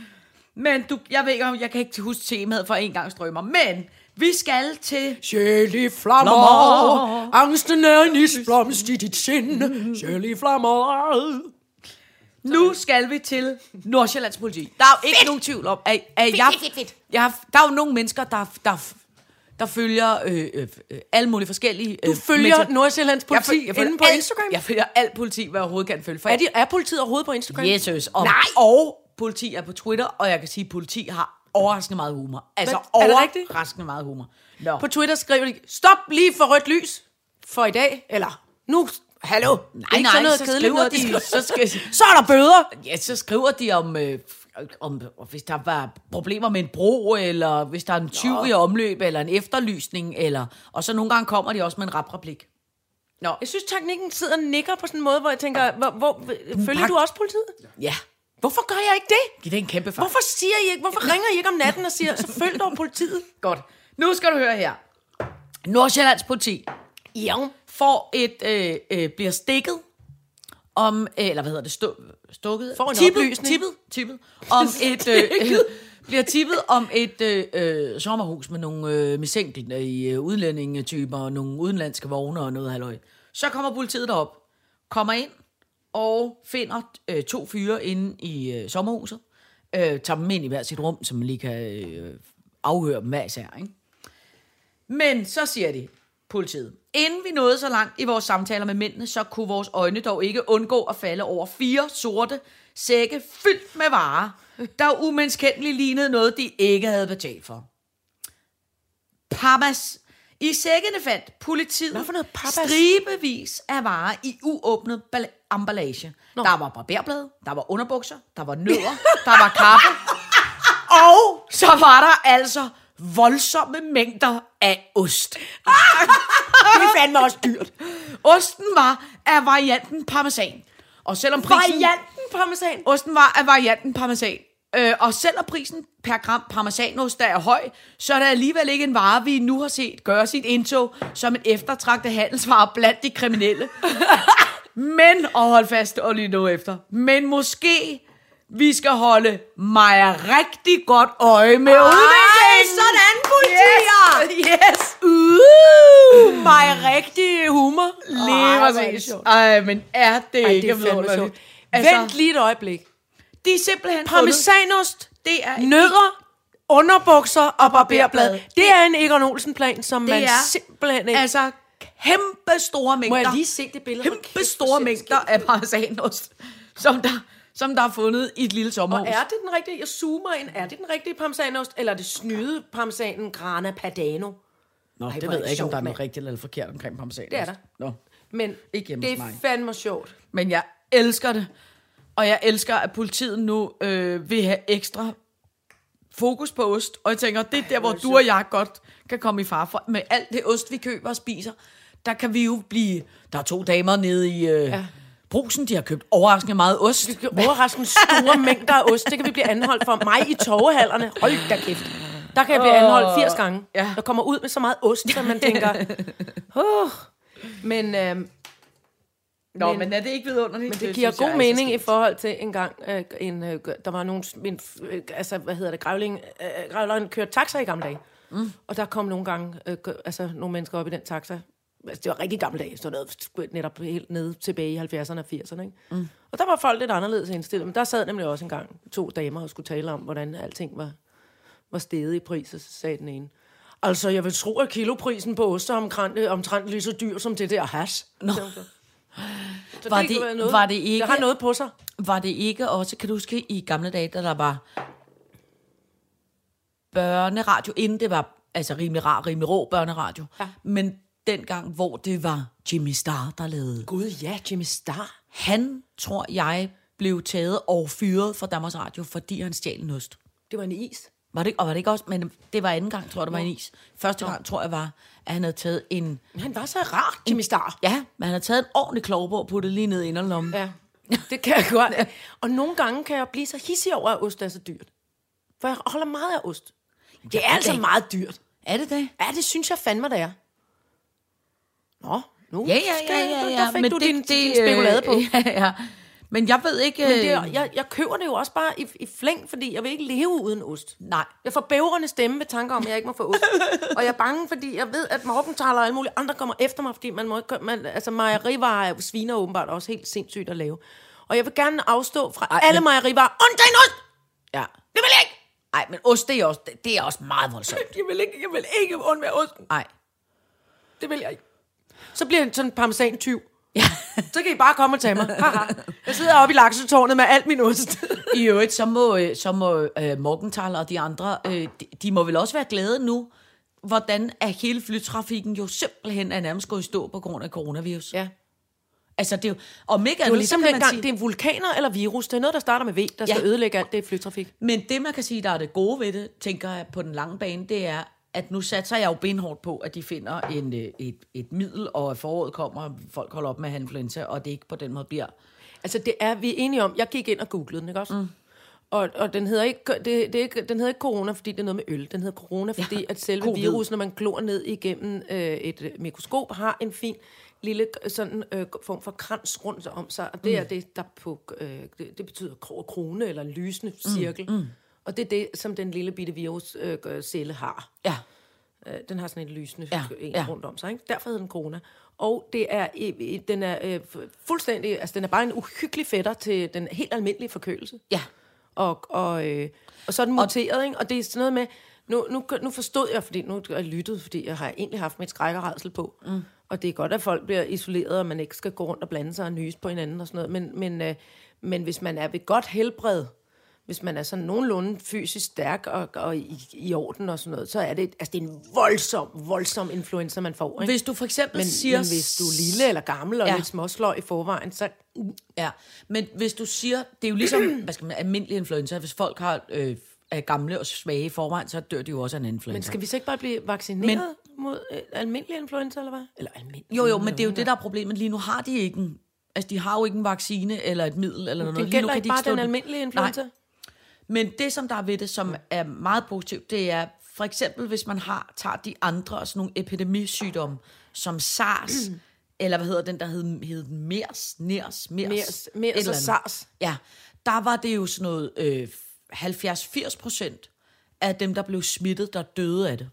Speaker 4: Men du, jeg ved ikke, om jeg kan ikke huske temaet for en gang strømmer, men vi skal til...
Speaker 3: Sjæl flammer,
Speaker 4: Flammer.
Speaker 3: angsten er en isblomst i dit sind. Sjæl flammer.
Speaker 4: Nu skal vi til Nordsjællands politi. Der er jo ikke fedt. nogen tvivl om, at, at fedt, jeg,
Speaker 2: fedt, fedt, fedt.
Speaker 4: Jeg, der er jo nogle mennesker, der, der, der følger øh, øh, øh, alle mulige forskellige...
Speaker 3: Du
Speaker 4: øh,
Speaker 3: følger
Speaker 4: meta-
Speaker 3: Nordsjællands
Speaker 4: Jeg
Speaker 3: politi
Speaker 4: føl- jeg følger
Speaker 3: inde på
Speaker 4: alt-
Speaker 3: Instagram?
Speaker 4: Jeg følger alt politi, hvad jeg overhovedet kan følge. For
Speaker 3: Er, de, er politiet overhovedet på Instagram?
Speaker 4: Jesus. Og, Nej. og politi er på Twitter, og jeg kan sige, at politi har overraskende meget humor. Altså
Speaker 3: Hvad? Er det rigtigt?
Speaker 4: overraskende meget humor. Nå.
Speaker 3: På Twitter skriver de, stop lige for rødt lys for i dag, eller nu, hallo. Det er
Speaker 4: nej,
Speaker 3: ikke
Speaker 4: nej,
Speaker 3: sådan noget
Speaker 4: så
Speaker 3: kedeligt
Speaker 4: skriver
Speaker 3: noget,
Speaker 4: de,
Speaker 3: skriver.
Speaker 4: så, skal,
Speaker 3: Så er der bøder.
Speaker 4: Ja, så skriver de om, øh, om, om hvis der var problemer med en bro, eller hvis der er en tyv i omløb, eller en efterlysning, eller, og så nogle gange kommer de også med en rap replik. Nå,
Speaker 3: Jeg synes, teknikken sidder og nikker på sådan en måde, hvor jeg tænker, hvor, hvor følger
Speaker 4: pak-
Speaker 3: du også politiet?
Speaker 4: ja,
Speaker 3: Hvorfor gør jeg ikke det?
Speaker 4: det er en kæmpe fejl.
Speaker 3: Hvorfor siger I ikke, hvorfor ringer I ikke om natten og siger, så følg dog politiet?
Speaker 4: Godt. Nu skal du høre her. Nordsjællands politi
Speaker 3: Ja.
Speaker 4: får et, øh, øh, bliver stikket om, øh, eller hvad hedder det, stu, stukket?
Speaker 3: Får en
Speaker 4: tippet,
Speaker 3: oplysning.
Speaker 4: Tippet, tippet, om et, øh, øh, bliver tippet om et øh, øh, sommerhus med nogle øh, misænkler i øh, udlændingetyper, og nogle udenlandske vogne og noget halløj. Så kommer politiet derop, kommer ind og finder øh, to fyre inde i øh, sommerhuset, øh, tager dem ind i hver sit rum, så man lige kan øh, afhøre dem hver især, ikke? Men så siger de, politiet, inden vi nåede så langt i vores samtaler med mændene, så kunne vores øjne dog ikke undgå at falde over fire sorte sække fyldt med varer, der umenneskendeligt lignede noget, de ikke havde betalt for. Papas. I sækkene fandt politiet
Speaker 3: Hvad for noget papas?
Speaker 4: stribevis af varer i uåbnet bal- emballage. Der var barberblade, der var underbukser, der var nødder, der var kaffe, og så var der altså voldsomme mængder af ost.
Speaker 3: Det er fandme også dyrt.
Speaker 4: Osten var af varianten parmesan. Og selvom prisen...
Speaker 3: Varianten parmesan.
Speaker 4: Osten var af varianten parmesan. Øh, og selvom prisen per gram parmesanost der er høj, så er der alligevel ikke en vare, vi nu har set gøre sit indtog som en eftertragtet handelsvare blandt de kriminelle. Men, og hold fast og lige nu efter, men måske vi skal holde mig rigtig godt øje med udviklingen.
Speaker 3: sådan, politier!
Speaker 4: Yes, yes.
Speaker 3: Uh, mig rigtig humor.
Speaker 4: Lige
Speaker 3: Ej, hvor er det
Speaker 4: præcis.
Speaker 3: sjovt.
Speaker 4: Ej, men er det
Speaker 3: Ej, det
Speaker 4: ikke
Speaker 3: er fandme sjovt.
Speaker 4: vidunderligt?
Speaker 3: Altså, Vent lige et øjeblik.
Speaker 4: de er simpelthen
Speaker 3: Parmesanost,
Speaker 4: fundet- Det er
Speaker 3: nødder, underbukser og barberblad.
Speaker 4: barberblad.
Speaker 3: Det er en Egon Olsen-plan, som man
Speaker 4: er-
Speaker 3: simpelthen ikke...
Speaker 4: altså kæmpe store mængder.
Speaker 3: se det billede?
Speaker 4: Kæmpe store mængder af parmesanost, som der, som der er fundet i et lille sommerhus.
Speaker 3: Er det den rigtige? Jeg zoomer ind. Er det den rigtige parmesanost, eller er det snyde parmesanen Grana Padano?
Speaker 4: Nå,
Speaker 3: hvor er det sjovt, mand.
Speaker 4: rigtigt eller forkert omkring parmesanost.
Speaker 3: Det er der.
Speaker 4: Nå.
Speaker 3: Men
Speaker 4: Ikke hjemme
Speaker 3: det
Speaker 4: hos
Speaker 3: er
Speaker 4: mig.
Speaker 3: fandme sjovt.
Speaker 4: Men jeg elsker det. Og jeg elsker, at politiet nu øh, vil have ekstra fokus på ost. Og jeg tænker, det er der, hvor du og jeg godt kan komme i far for. Med alt det ost, vi køber og spiser, der kan vi jo blive... Der er to damer nede i øh, ja. brusen, de har købt overraskende meget ost.
Speaker 3: Det er Overraskende store mængder af ost, det kan vi blive anholdt for. Mig i torvehallerne, hold da kæft. Der kan jeg blive anholdt 80 gange.
Speaker 4: Ja.
Speaker 3: Jeg kommer ud med så meget ost, at man tænker... Oh. Men, øh, men
Speaker 4: Nå, men, men er det ikke vidunderligt?
Speaker 3: det, det giver
Speaker 4: synes
Speaker 3: god
Speaker 4: jeg er så
Speaker 3: mening i
Speaker 4: skægt.
Speaker 3: forhold til en gang, øh, en, øh, der var nogen, en, øh, altså, hvad hedder det, grævling, øh, grævleren kørte taxa i gamle dage. Mm. Og der kom nogle gange, øh, gø- altså nogle mennesker op i den taxa. Altså, det var rigtig gamle dage, sådan noget, netop helt nede tilbage i 70'erne og 80'erne, ikke? Mm. Og der var folk lidt anderledes indstillet, men der sad nemlig også engang to damer og skulle tale om, hvordan alting var, var steget i pris, og så sagde den ene, altså, jeg vil tro, at kiloprisen på ost er omtrent, øh, omtrent lige så dyr som det der hash.
Speaker 4: Nå.
Speaker 3: Så
Speaker 4: Var
Speaker 3: kunne
Speaker 4: det-
Speaker 3: være noget.
Speaker 4: var det ikke-
Speaker 3: Det har noget på sig.
Speaker 4: Var det ikke også, kan du huske, i gamle dage, da der var børneradio, inden det var altså rimelig rar, rimelig rå børneradio,
Speaker 3: Ja.
Speaker 4: men dengang, hvor det var Jimmy Star, der lavede.
Speaker 3: Gud ja, Jimmy Star.
Speaker 4: Han, tror jeg, blev taget og fyret fra Danmarks Radio, fordi han stjal en ost.
Speaker 3: Det var en is.
Speaker 4: Var det, ikke- og var det ikke også, men det var anden gang, tror jeg, det var en is. Første gang, tror jeg, var, at han havde taget en,
Speaker 3: Han var så rar, Jimmy Star.
Speaker 4: ja, men han havde taget en ordentlig klovbog og puttet lige ned i inderlommen.
Speaker 3: Ja, det kan jeg godt. Og nogle gange kan jeg blive så hissig over, at ost er så dyrt. For jeg holder meget af ost. Det er altså
Speaker 4: det.
Speaker 3: meget dyrt.
Speaker 4: Er det det?
Speaker 3: Ja, det synes jeg fandme, det er. Nå, nu
Speaker 4: Ja, ja,
Speaker 3: skal-
Speaker 4: ja, ja, ja.
Speaker 3: der fik du din, din spekulade på.
Speaker 4: Øh, ja, ja. Men jeg ved ikke...
Speaker 3: Men det, er-
Speaker 4: øh,
Speaker 3: jeg, jeg køber det jo også bare i, i flæng, fordi jeg vil ikke leve uden ost.
Speaker 4: Nej.
Speaker 3: Jeg får bævrende stemme ved tanker om, at jeg ikke må få ost. og jeg er bange, fordi jeg ved, at Morten taler og alle mulige andre kommer efter mig, fordi man må ikke, man, altså mejerivarer er- sviner åbenbart også helt sindssygt at lave. Og jeg vil gerne afstå fra
Speaker 4: Ej,
Speaker 3: Ej, alle
Speaker 4: men-
Speaker 3: mejerivarer. Undtagen ost!
Speaker 4: Ja.
Speaker 3: Det vil jeg ikke!
Speaker 4: Ej, men ost, det er også, det, det er også meget voldsomt.
Speaker 3: Jeg vil ikke, jeg vil ikke undvære osten.
Speaker 4: Ej.
Speaker 3: Det vil jeg ikke. Så bliver jeg sådan en parmesan-tyv.
Speaker 4: Ja.
Speaker 3: Så kan I bare komme og tage mig. Haha. jeg sidder oppe i laksetårnet med alt min ost.
Speaker 4: I øvrigt, så må, øh, så må øh, Morgenthaler og de andre, øh, de, de må vel også være glade nu, hvordan er hele flytrafikken jo simpelthen er nærmest gået i stå på grund af coronavirus.
Speaker 3: ja.
Speaker 4: Altså, det er jo, om ikke
Speaker 3: Det er
Speaker 4: andet,
Speaker 3: jo
Speaker 4: så
Speaker 3: ligesom
Speaker 4: kan man
Speaker 3: dengang,
Speaker 4: sige-
Speaker 3: det er vulkaner eller virus. Det er noget, der starter med V, der skal
Speaker 4: Ja.
Speaker 3: ødelægge alt det flytrafik.
Speaker 4: Men det, man kan sige, der er det gode ved det, tænker jeg på den lange bane, det er, at nu satser jeg jo benhårdt på, at de finder en, øh, et, et middel, og at foråret kommer, og folk holder op med at have influenza, og det ikke på den måde bliver.
Speaker 3: Altså, det er vi er enige om. Jeg gik ind og googlede den, ikke også? Mm. Og, og den, hedder ikke, det, det er ikke, den hedder ikke corona, fordi det er noget med øl. Den hedder corona, fordi ja, at selve
Speaker 4: covid.
Speaker 3: covid. virus, når man glor ned igennem øh, et øh, mikroskop, har en fin lille øh, sådan, øh, form for krans rundt om sig. Og det mm. er det, der på, øh, det, det betyder kro- krone eller lysende cirkel. Mm. Mm. Og det er det, som den lille bitte viruscelle øh, celle har.
Speaker 4: Ja.
Speaker 3: Øh, den har sådan en lysende
Speaker 4: Ja,
Speaker 3: ja, en
Speaker 4: ja.
Speaker 3: ja. rundt om sig. Ikke? Derfor hedder den corona. Og det er, øh, øh, den er øh, fu- fuldstændig, altså den er bare en uhyggelig fætter til den helt almindelige forkølelse.
Speaker 4: Ja.
Speaker 3: Og, og, øh, og så er den muteret, ikke? og det er sådan noget med, nu, nu, nu forstod jeg, fordi nu har jeg lyttet, fordi jeg har egentlig haft mit skrækkerædsel på. Mm. Og det er godt, at folk bliver isoleret, og man ikke skal gå rundt og blande sig og nyse på hinanden og sådan noget. Men, men, øh, men hvis man er ved godt helbred, hvis man er sådan nogenlunde fysisk stærk og, og i, i orden og sådan noget, så er det, altså det er en voldsom, voldsom influenza, man får. Ikke?
Speaker 4: Hvis du for eksempel
Speaker 3: Men,
Speaker 4: siger...
Speaker 3: men hvis du er lille eller gammel og
Speaker 4: Ja.
Speaker 3: ja. lidt småsløj i forvejen, så
Speaker 4: Ja, men hvis du siger, det er jo ligesom hvad skal man, almindelig influenza. Hvis folk har, øh, er gamle og svage i forvejen, så dør de jo også af en influenza.
Speaker 3: Men skal vi så ikke bare blive vaccineret men, mod øh, almindelig influenza, eller hvad? Eller almindelig?
Speaker 4: Jo, jo, men det er jo det, der er problemet. Lige nu har de ikke en... Altså, de har jo ikke en vaccine eller et middel eller noget.
Speaker 3: Det
Speaker 4: Lige nu
Speaker 3: gælder
Speaker 4: kan
Speaker 3: ikke
Speaker 4: de
Speaker 3: bare
Speaker 4: slå
Speaker 3: den almindelige influenza?
Speaker 4: Nej. Men det, som der er ved det, som er meget positivt, det er for eksempel, hvis man har, tager de andre sådan nogle epidemisygdomme, som SARS,
Speaker 3: Mm.
Speaker 4: eller hvad hedder den, der hed, hed MERS, NERS, MERS,
Speaker 3: MERS,
Speaker 4: et
Speaker 3: MERS
Speaker 4: eller
Speaker 3: og
Speaker 4: andet.
Speaker 3: SARS.
Speaker 4: Ja, der var det jo sådan noget øh, 70-80 procent af dem, der blev smittet, der døde af det.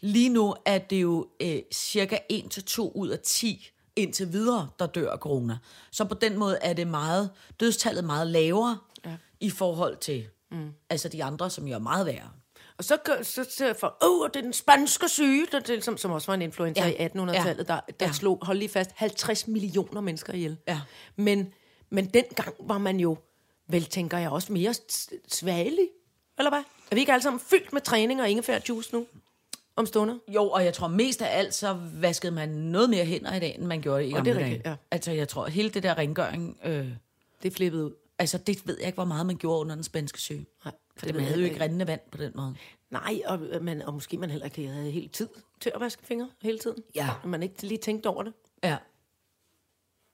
Speaker 4: Lige nu er det jo øh, cirka 1-2 ud af 10 indtil videre, der dør af corona. Så på den måde er det meget, dødstallet meget lavere ja. i forhold til mm. altså de andre, som jo er meget værre.
Speaker 3: Og så, gør- så ser jeg for, åh, det er den spanske syge, der, det, som, som også var en influenza
Speaker 4: Ja.
Speaker 3: ja. i 1800-tallet, der, der
Speaker 4: Ja.
Speaker 3: ja. slog, hold lige fast, 50 millioner mennesker ihjel.
Speaker 4: Ja.
Speaker 3: Men, men dengang var man jo, vel tænker jeg, også mere s- svagelig, eller hvad? Er vi ikke alle sammen fyldt med træning og ingefærjuice nu? Om stunder?
Speaker 4: Jo, og jeg tror mest af alt, så vaskede man noget mere hænder i dag, end man gjorde i gamle
Speaker 3: det er
Speaker 4: dage.
Speaker 3: rigtigt, ja.
Speaker 4: Altså jeg tror, hele det der rengøring, øh,
Speaker 3: Det flippede ud.
Speaker 4: altså det ved jeg ikke, hvor meget man gjorde under den spanske sø.
Speaker 3: Nej,
Speaker 4: For
Speaker 3: det
Speaker 4: man
Speaker 3: ved
Speaker 4: havde jo
Speaker 3: jeg
Speaker 4: ikke rindende vand på den måde.
Speaker 3: Nej, og, øh, man, og måske man heller ikke havde helt tid til at vaske fingre hele tiden.
Speaker 4: Ja.
Speaker 3: At Man ikke lige tænkte over det.
Speaker 4: Ja,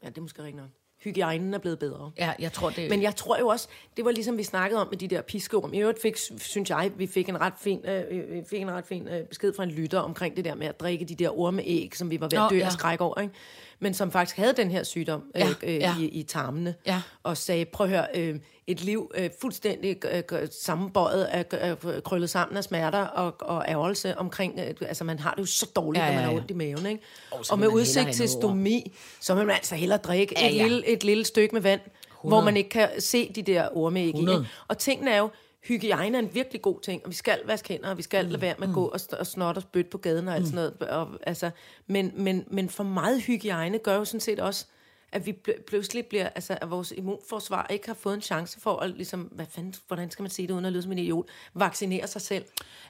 Speaker 3: Ja, det er måske rigtigt nok. Hygiejnen er blevet bedre.
Speaker 4: ja jeg tror det...
Speaker 3: Men jeg tror jo også, det var ligesom vi snakkede om med de der piskeorm. I øvrigt fik, synes jeg, vi fik en ret fin, øh, øh, fik en ret fin øh, besked fra en lytter omkring det der med at drikke de der ormeæg, som vi var ved at
Speaker 4: Nå,
Speaker 3: dø
Speaker 4: ja.
Speaker 3: af skræk over, ikke? men som faktisk havde den her sygdom øh,
Speaker 4: Ja,
Speaker 3: øh,
Speaker 4: ja.
Speaker 3: I, i tarmene,
Speaker 4: Ja.
Speaker 3: og sagde, prøv at høre, øh, et liv øh, fuldstændig øh, øh, sammenbøjet, af, øh, krøllet sammen af smerter og, og ærgelse omkring, øh, altså man har det jo så dårligt,
Speaker 4: Ja,
Speaker 3: ja, ja, ja.
Speaker 4: ja,
Speaker 3: når man
Speaker 4: ja.
Speaker 3: har ondt i maven, ikke?
Speaker 4: Og
Speaker 3: Og,
Speaker 4: så
Speaker 3: og
Speaker 4: vil
Speaker 3: med
Speaker 4: man hellere
Speaker 3: udsigt
Speaker 4: have
Speaker 3: til
Speaker 4: noget ord.
Speaker 3: stomi, så vil man altså hellere drikke
Speaker 4: Ja,
Speaker 3: ja, et,
Speaker 4: ja.
Speaker 3: ja. Lille, et lille stykke med vand, 100. hvor man ikke kan se de der ormeæg i.
Speaker 4: 100.
Speaker 3: ikke? Og tingene er jo, hygiejne er en virkelig god ting, og vi skal vaske hænder, og vi skal lade være med at
Speaker 4: Mm.
Speaker 3: gå og, st- og snotte og spytte på gaden og alt sådan noget. Og, altså, men, men, men for meget hygiejne gør jo sådan set også, at vi pl- pludselig bliver, altså at vores immunforsvar ikke har fået en chance for at ligesom, hvad fanden, hvordan skal man sige det uden at lyde som en idiot, vaccinere sig selv.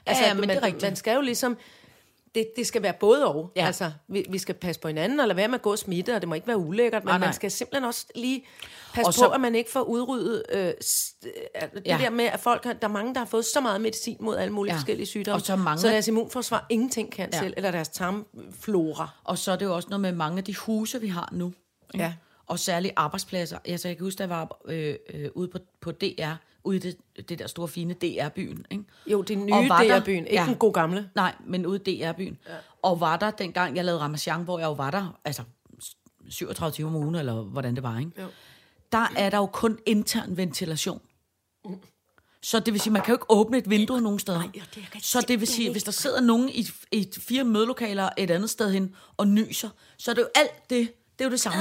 Speaker 3: Altså,
Speaker 4: ja,
Speaker 3: at
Speaker 4: men det
Speaker 3: man,
Speaker 4: er rigtigt.
Speaker 3: man skal jo ligesom, det, det skal være både og.
Speaker 4: Ja.
Speaker 3: Ja. Altså, vi, vi skal passe på hinanden, og lade være med at gå og smitte, og det må ikke være ulækkert, men
Speaker 4: Nej,
Speaker 3: ah,
Speaker 4: nej.
Speaker 3: man skal simpelthen også lige passe
Speaker 4: Og
Speaker 3: og
Speaker 4: så-
Speaker 3: på, at man ikke får udryddet øh, s- øh, det
Speaker 4: Ja.
Speaker 3: ja. der med, at folk har, der er mange, der har fået så meget medicin mod alle mulige
Speaker 4: Ja.
Speaker 3: ja. forskellige sygdomme,
Speaker 4: Og så mange-
Speaker 3: så deres immunforsvar ingenting kan
Speaker 4: Ja.
Speaker 3: ja. selv, eller deres tarmflora.
Speaker 4: Og så er det jo også noget med mange af de huse, vi har nu. ikke?
Speaker 3: Ja.
Speaker 4: Og særligt arbejdspladser. Altså, jeg kan huske, da jeg var øh, øh, ude på, på DR, ude i det, det der store, fine DR-byen. Ikke?
Speaker 3: Jo, det nye
Speaker 4: Og var der-
Speaker 3: DR-byen, ikke den gode gamle.
Speaker 4: Nej, men ude i DR-byen. Ja. Og var der, dengang jeg lavede Ramachan, hvor jeg jo var der, altså 37 timer om ugen, eller hvordan det var, ikke? Jo. Der er der jo kun intern ventilation. Så det vil sige, man kan jo ikke åbne et vindue nogen steder. Nej,
Speaker 3: det kan jeg
Speaker 4: så det vil sige, hvis der sidder nogen i, i fire mødelokaler et andet sted hen og nyser, så er det jo alt det, Det er jo det samme.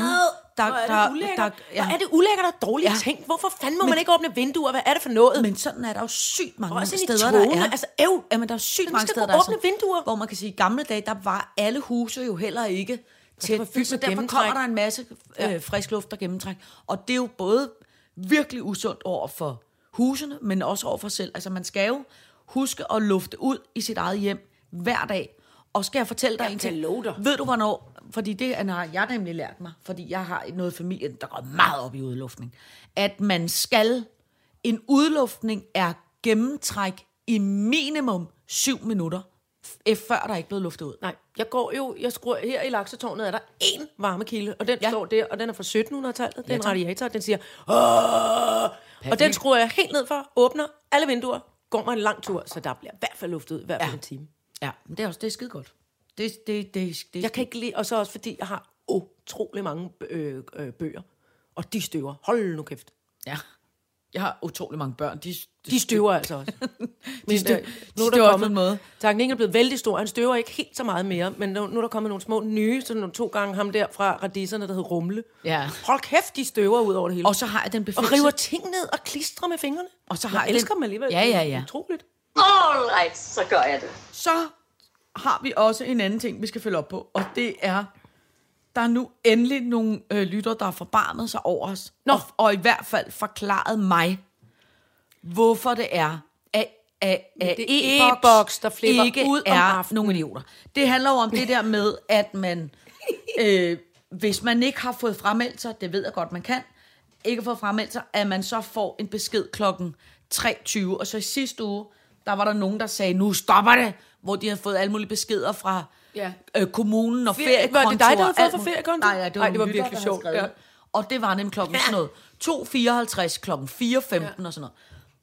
Speaker 3: der, hvor er det ulækkert. Ja. Hvor er det ulækkert og dårligt ja. tænkt. Hvorfor fanden må men, man ikke åbne vinduer? Hvad er det for noget? Men,
Speaker 4: Men sådan er der jo sygt mange
Speaker 3: Og også ind i
Speaker 4: steder, der
Speaker 3: togene,
Speaker 4: er.
Speaker 3: altså, øv.
Speaker 4: Jamen, der er jo sygt
Speaker 3: Man
Speaker 4: mange
Speaker 3: skal
Speaker 4: steder,
Speaker 3: kunne
Speaker 4: der er
Speaker 3: åbne vinduer.
Speaker 4: Hvor man kan sige, i gamle dage, der var alle huse jo heller ikke
Speaker 3: var
Speaker 4: tæt.
Speaker 3: fyldt
Speaker 4: Så
Speaker 3: med
Speaker 4: derfor
Speaker 3: gennemtræk.
Speaker 4: kommer der en masse øh, frisk luft og gennemtræk. Og det er jo både virkelig usundt over for husene, men også over for selv. Altså, man skal jo huske at lufte ud i sit eget hjem hver dag. Og skal jeg fortælle dig
Speaker 3: Jeg
Speaker 4: en
Speaker 3: kan
Speaker 4: ting?
Speaker 3: love dig.
Speaker 4: Ved du hvornår? Fordi det er- har jeg nemlig lært mig, fordi jeg har noget familie, der går meget op i udluftning, at man skal, en udluftning er gennemtræk i minimum syv minutter, f- eh, før der er ikke blevet luftet ud.
Speaker 3: nej, jeg går jo, jeg skruer her i laksetårnet, er der én varmekilde, og den ja.
Speaker 4: Ja.
Speaker 3: står der, og den er fra 1700-tallet. Det er en radiator, og den siger, Åh! og den skruer jeg helt ned for, åbner alle vinduer, går mig en lang tur, så der bliver i hvert fald luftet ud, i hvert fald ja. en time.
Speaker 4: Ja, men det er også det er skide godt. Det, det, det, det,
Speaker 3: Jeg kan ikke lide, og så også fordi, jeg har utrolig mange øh, øh, bøger, og de støver. Hold nu kæft.
Speaker 4: Ja. Jeg har utrolig mange børn. De,
Speaker 3: De støver altså også. Men,
Speaker 4: stø-
Speaker 3: øh,
Speaker 4: de
Speaker 3: nu er
Speaker 4: støver
Speaker 3: der
Speaker 4: også
Speaker 3: kommet,
Speaker 4: på en måde.
Speaker 3: Tanken er blevet vældig stor. Han støver ikke helt så meget mere, men nu, nu er der kommet nogle små nye, sådan nogle to gange ham der fra radisserne, der hed Rumle.
Speaker 4: Ja.
Speaker 3: Hold kæft, de støver ud over det hele.
Speaker 4: og så har jeg den
Speaker 3: og
Speaker 4: befængelse.
Speaker 3: river ting ned og klistrer med fingrene.
Speaker 4: Og så har
Speaker 3: jeg
Speaker 4: jeg
Speaker 3: elsker
Speaker 4: den-
Speaker 3: dem alligevel.
Speaker 4: Ja, ja,
Speaker 3: Det er
Speaker 4: ja.
Speaker 3: Utroligt.
Speaker 5: Alright, så gør jeg det.
Speaker 4: så har vi også en anden ting, vi skal følge op på, og det er, der er nu endelig nogle øh, lytter, der har forbarmet sig over os,
Speaker 3: Nå.
Speaker 4: Og, og i hvert fald forklaret mig, hvorfor det er, at, at, at
Speaker 3: Det er
Speaker 4: e-boks,
Speaker 3: e-boks, der flipper
Speaker 4: ikke
Speaker 3: ud om
Speaker 4: er
Speaker 3: aftenen.
Speaker 4: nogle idioter. Det handler jo om det der med, at man, øh, hvis man ikke har fået frameldt sig, det ved jeg godt, man kan, ikke har fået frameldt sig, at man så får en besked klokken 3.20, og så i sidste uge, der var der nogen, der sagde, nu stopper det, hvor de havde fået alle mulige beskeder fra
Speaker 3: Ja.
Speaker 4: øh, kommunen og
Speaker 3: Ferie- var det
Speaker 4: feriekontor.
Speaker 3: dig, der havde fået
Speaker 4: alt
Speaker 3: fra
Speaker 4: muligt.
Speaker 3: feriekonto?
Speaker 4: Nej, nej, det var,
Speaker 3: Ej, det var
Speaker 4: en lytter,
Speaker 3: virkelig
Speaker 4: der havde
Speaker 3: sjovt,
Speaker 4: skrevet
Speaker 3: ja.
Speaker 4: det. Og det var nemlig klokken sådan noget 2.54, klokken 4.15 og sådan noget.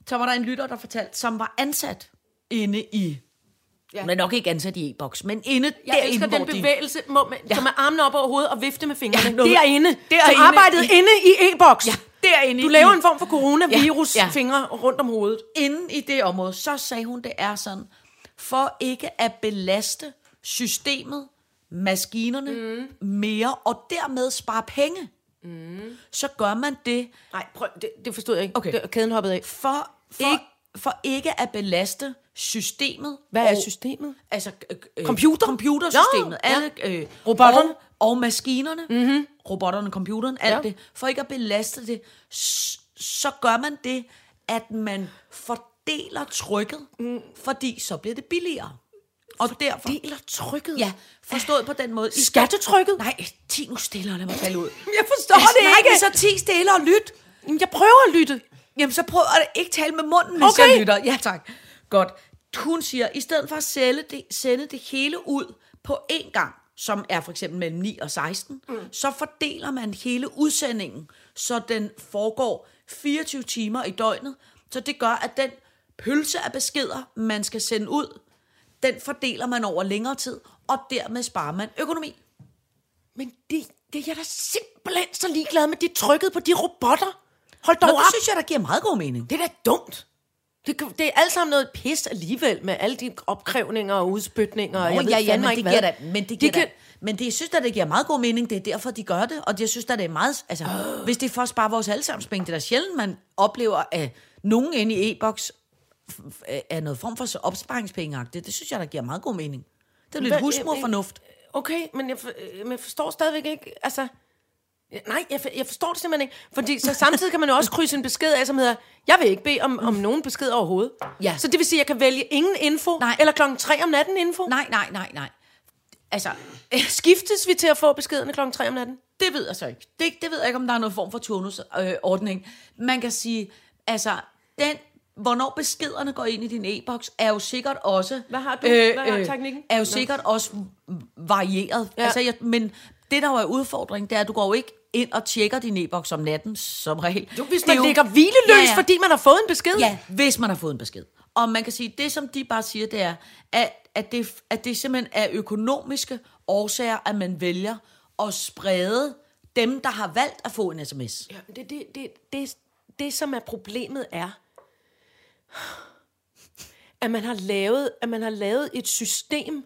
Speaker 4: Så var der en lytter, der fortalte, som var ansat inde i... Ja. Hun er nok ikke ansat i e-boks, men inde
Speaker 3: Jeg
Speaker 4: derinde,
Speaker 3: elsker
Speaker 4: hvor
Speaker 3: den
Speaker 4: de-
Speaker 3: bevægelse, må man, ja. som er armene op over hovedet og vifte med fingrene. Ja,
Speaker 4: noget-
Speaker 3: derinde.
Speaker 4: derinde
Speaker 3: Som arbejdet
Speaker 4: i-
Speaker 3: inde i e-boks.
Speaker 4: Ja, derinde
Speaker 3: Du
Speaker 4: i-
Speaker 3: laver en form for coronavirus-fingre
Speaker 4: Ja,
Speaker 3: ja,
Speaker 4: ja.
Speaker 3: ja. rundt om hovedet.
Speaker 4: inde i det område, så sagde hun, det er sådan, for ikke at belaste systemet, maskinerne mm. mere, og dermed spare penge, mm. så gør man det
Speaker 3: Nej, prøv, det, det forstod jeg ikke.
Speaker 4: Okay.
Speaker 3: Det, kæden hoppede af.
Speaker 4: for, for, ikke, for ikke at belaste systemet.
Speaker 3: Hvad er
Speaker 4: og-
Speaker 3: systemet?
Speaker 4: Altså, øh, øh,
Speaker 3: Computer?
Speaker 4: Computersystemet.
Speaker 3: Nå,
Speaker 4: Nå,
Speaker 3: ja.
Speaker 4: alle, øh,
Speaker 3: Robotterne?
Speaker 4: Og, og maskinerne. Mm-hmm. Robotterne, computeren, alt
Speaker 3: Ja.
Speaker 4: ja. det. For ikke at belaste det, s- så gør man det, at man fordeler trykket, mm. fordi så bliver det billigere. Og derfor...
Speaker 3: Deler trykket.
Speaker 4: Ja, forstået på den måde. I
Speaker 3: Skattetrykket?
Speaker 4: Nej, ti nu stille, og lad mig falde ud.
Speaker 3: Jeg forstår det
Speaker 4: nej,
Speaker 3: ikke.
Speaker 4: men så ti stille og lyt.
Speaker 3: Jamen, Jeg prøver at lytte.
Speaker 4: Jamen, så prøv at ikke tale med munden, mens
Speaker 3: Okay.
Speaker 4: okay. jeg lytter. Ja, tak. Godt. Hun siger, i stedet for at sælge det, sende det hele ud på én gang, som er for eksempel mellem 9 og 16, mm. så fordeler man hele udsendingen, så den foregår 24 timer i døgnet. Så det gør, at den pølse af beskeder, man skal sende ud, den fordeler man over længere tid, og dermed sparer man økonomi.
Speaker 3: Men det, det er jeg da simpelthen så ligeglad med. Det er trykket på de robotter. Hold dog
Speaker 4: Nå, det
Speaker 3: op.
Speaker 4: synes jeg, der giver meget god mening.
Speaker 3: Det er da dumt. Det, kan- det er alt sammen noget pis alligevel med alle de opkrævninger og udspytninger. og
Speaker 4: Nå,
Speaker 3: jeg ved
Speaker 4: ja, ja,
Speaker 3: fandme
Speaker 4: men
Speaker 3: ikke
Speaker 4: det
Speaker 3: hvad.
Speaker 4: giver da, men det giver
Speaker 3: kan-
Speaker 4: da, men det, jeg synes da, det giver meget god mening, det er derfor, de gør det, og jeg synes da, det er meget, altså, oh. hvis det er for at spare vores allesammens penge, det er da sjældent, man oplever, at nogen inde i e-boks f- f- er noget form for så opsparingspengeagtigt, det synes jeg, der giver meget god mening. Det er lidt
Speaker 3: Hvad-
Speaker 4: husmorfornuft.
Speaker 3: Okay, men jeg, for, øh, men jeg forstår stadigvæk ikke, altså... ja, Nej, jeg, for, jeg forstår det simpelthen ikke. Fordi så samtidig kan man jo også krydse en besked af, som hedder, jeg vil ikke bede om, om nogen besked overhovedet.
Speaker 4: Ja.
Speaker 3: Så det vil sige, at jeg kan vælge ingen info,
Speaker 4: Nej.
Speaker 3: eller klokken 3 om natten info.
Speaker 4: Nej, nej, nej, nej. Altså,
Speaker 3: Øh, Skiftes vi til at få beskederne klokken 3 om natten?
Speaker 4: det ved jeg så ikke. Det, det ved jeg ikke, om der er noget form for turnusordning. Øh, ordning. Man kan sige, altså, den, hvornår beskederne går ind i din e-boks, er jo sikkert også... øh,
Speaker 3: Hvad har du? Hvad har teknikken?
Speaker 4: Er jo
Speaker 3: Nå.
Speaker 4: sikkert også varieret.
Speaker 3: Ja.
Speaker 4: Ja. Altså, jeg, men det, der jo er udfordringen, det er, at du går jo ikke ind og tjekker din e-boks om natten, som regel. Jo,
Speaker 3: Hvis man ligger hvileløs, ja, ja. fordi man har fået en besked?
Speaker 4: Ja, hvis man har fået en besked. Og man kan sige, det som de bare siger, det er, at, at, det, at det simpelthen er økonomiske årsager, at man vælger at sprede dem, der har valgt at få en sms.
Speaker 3: Ja, det, det, det, det, det, som er problemet, er, at man har lavet, at man har lavet et system,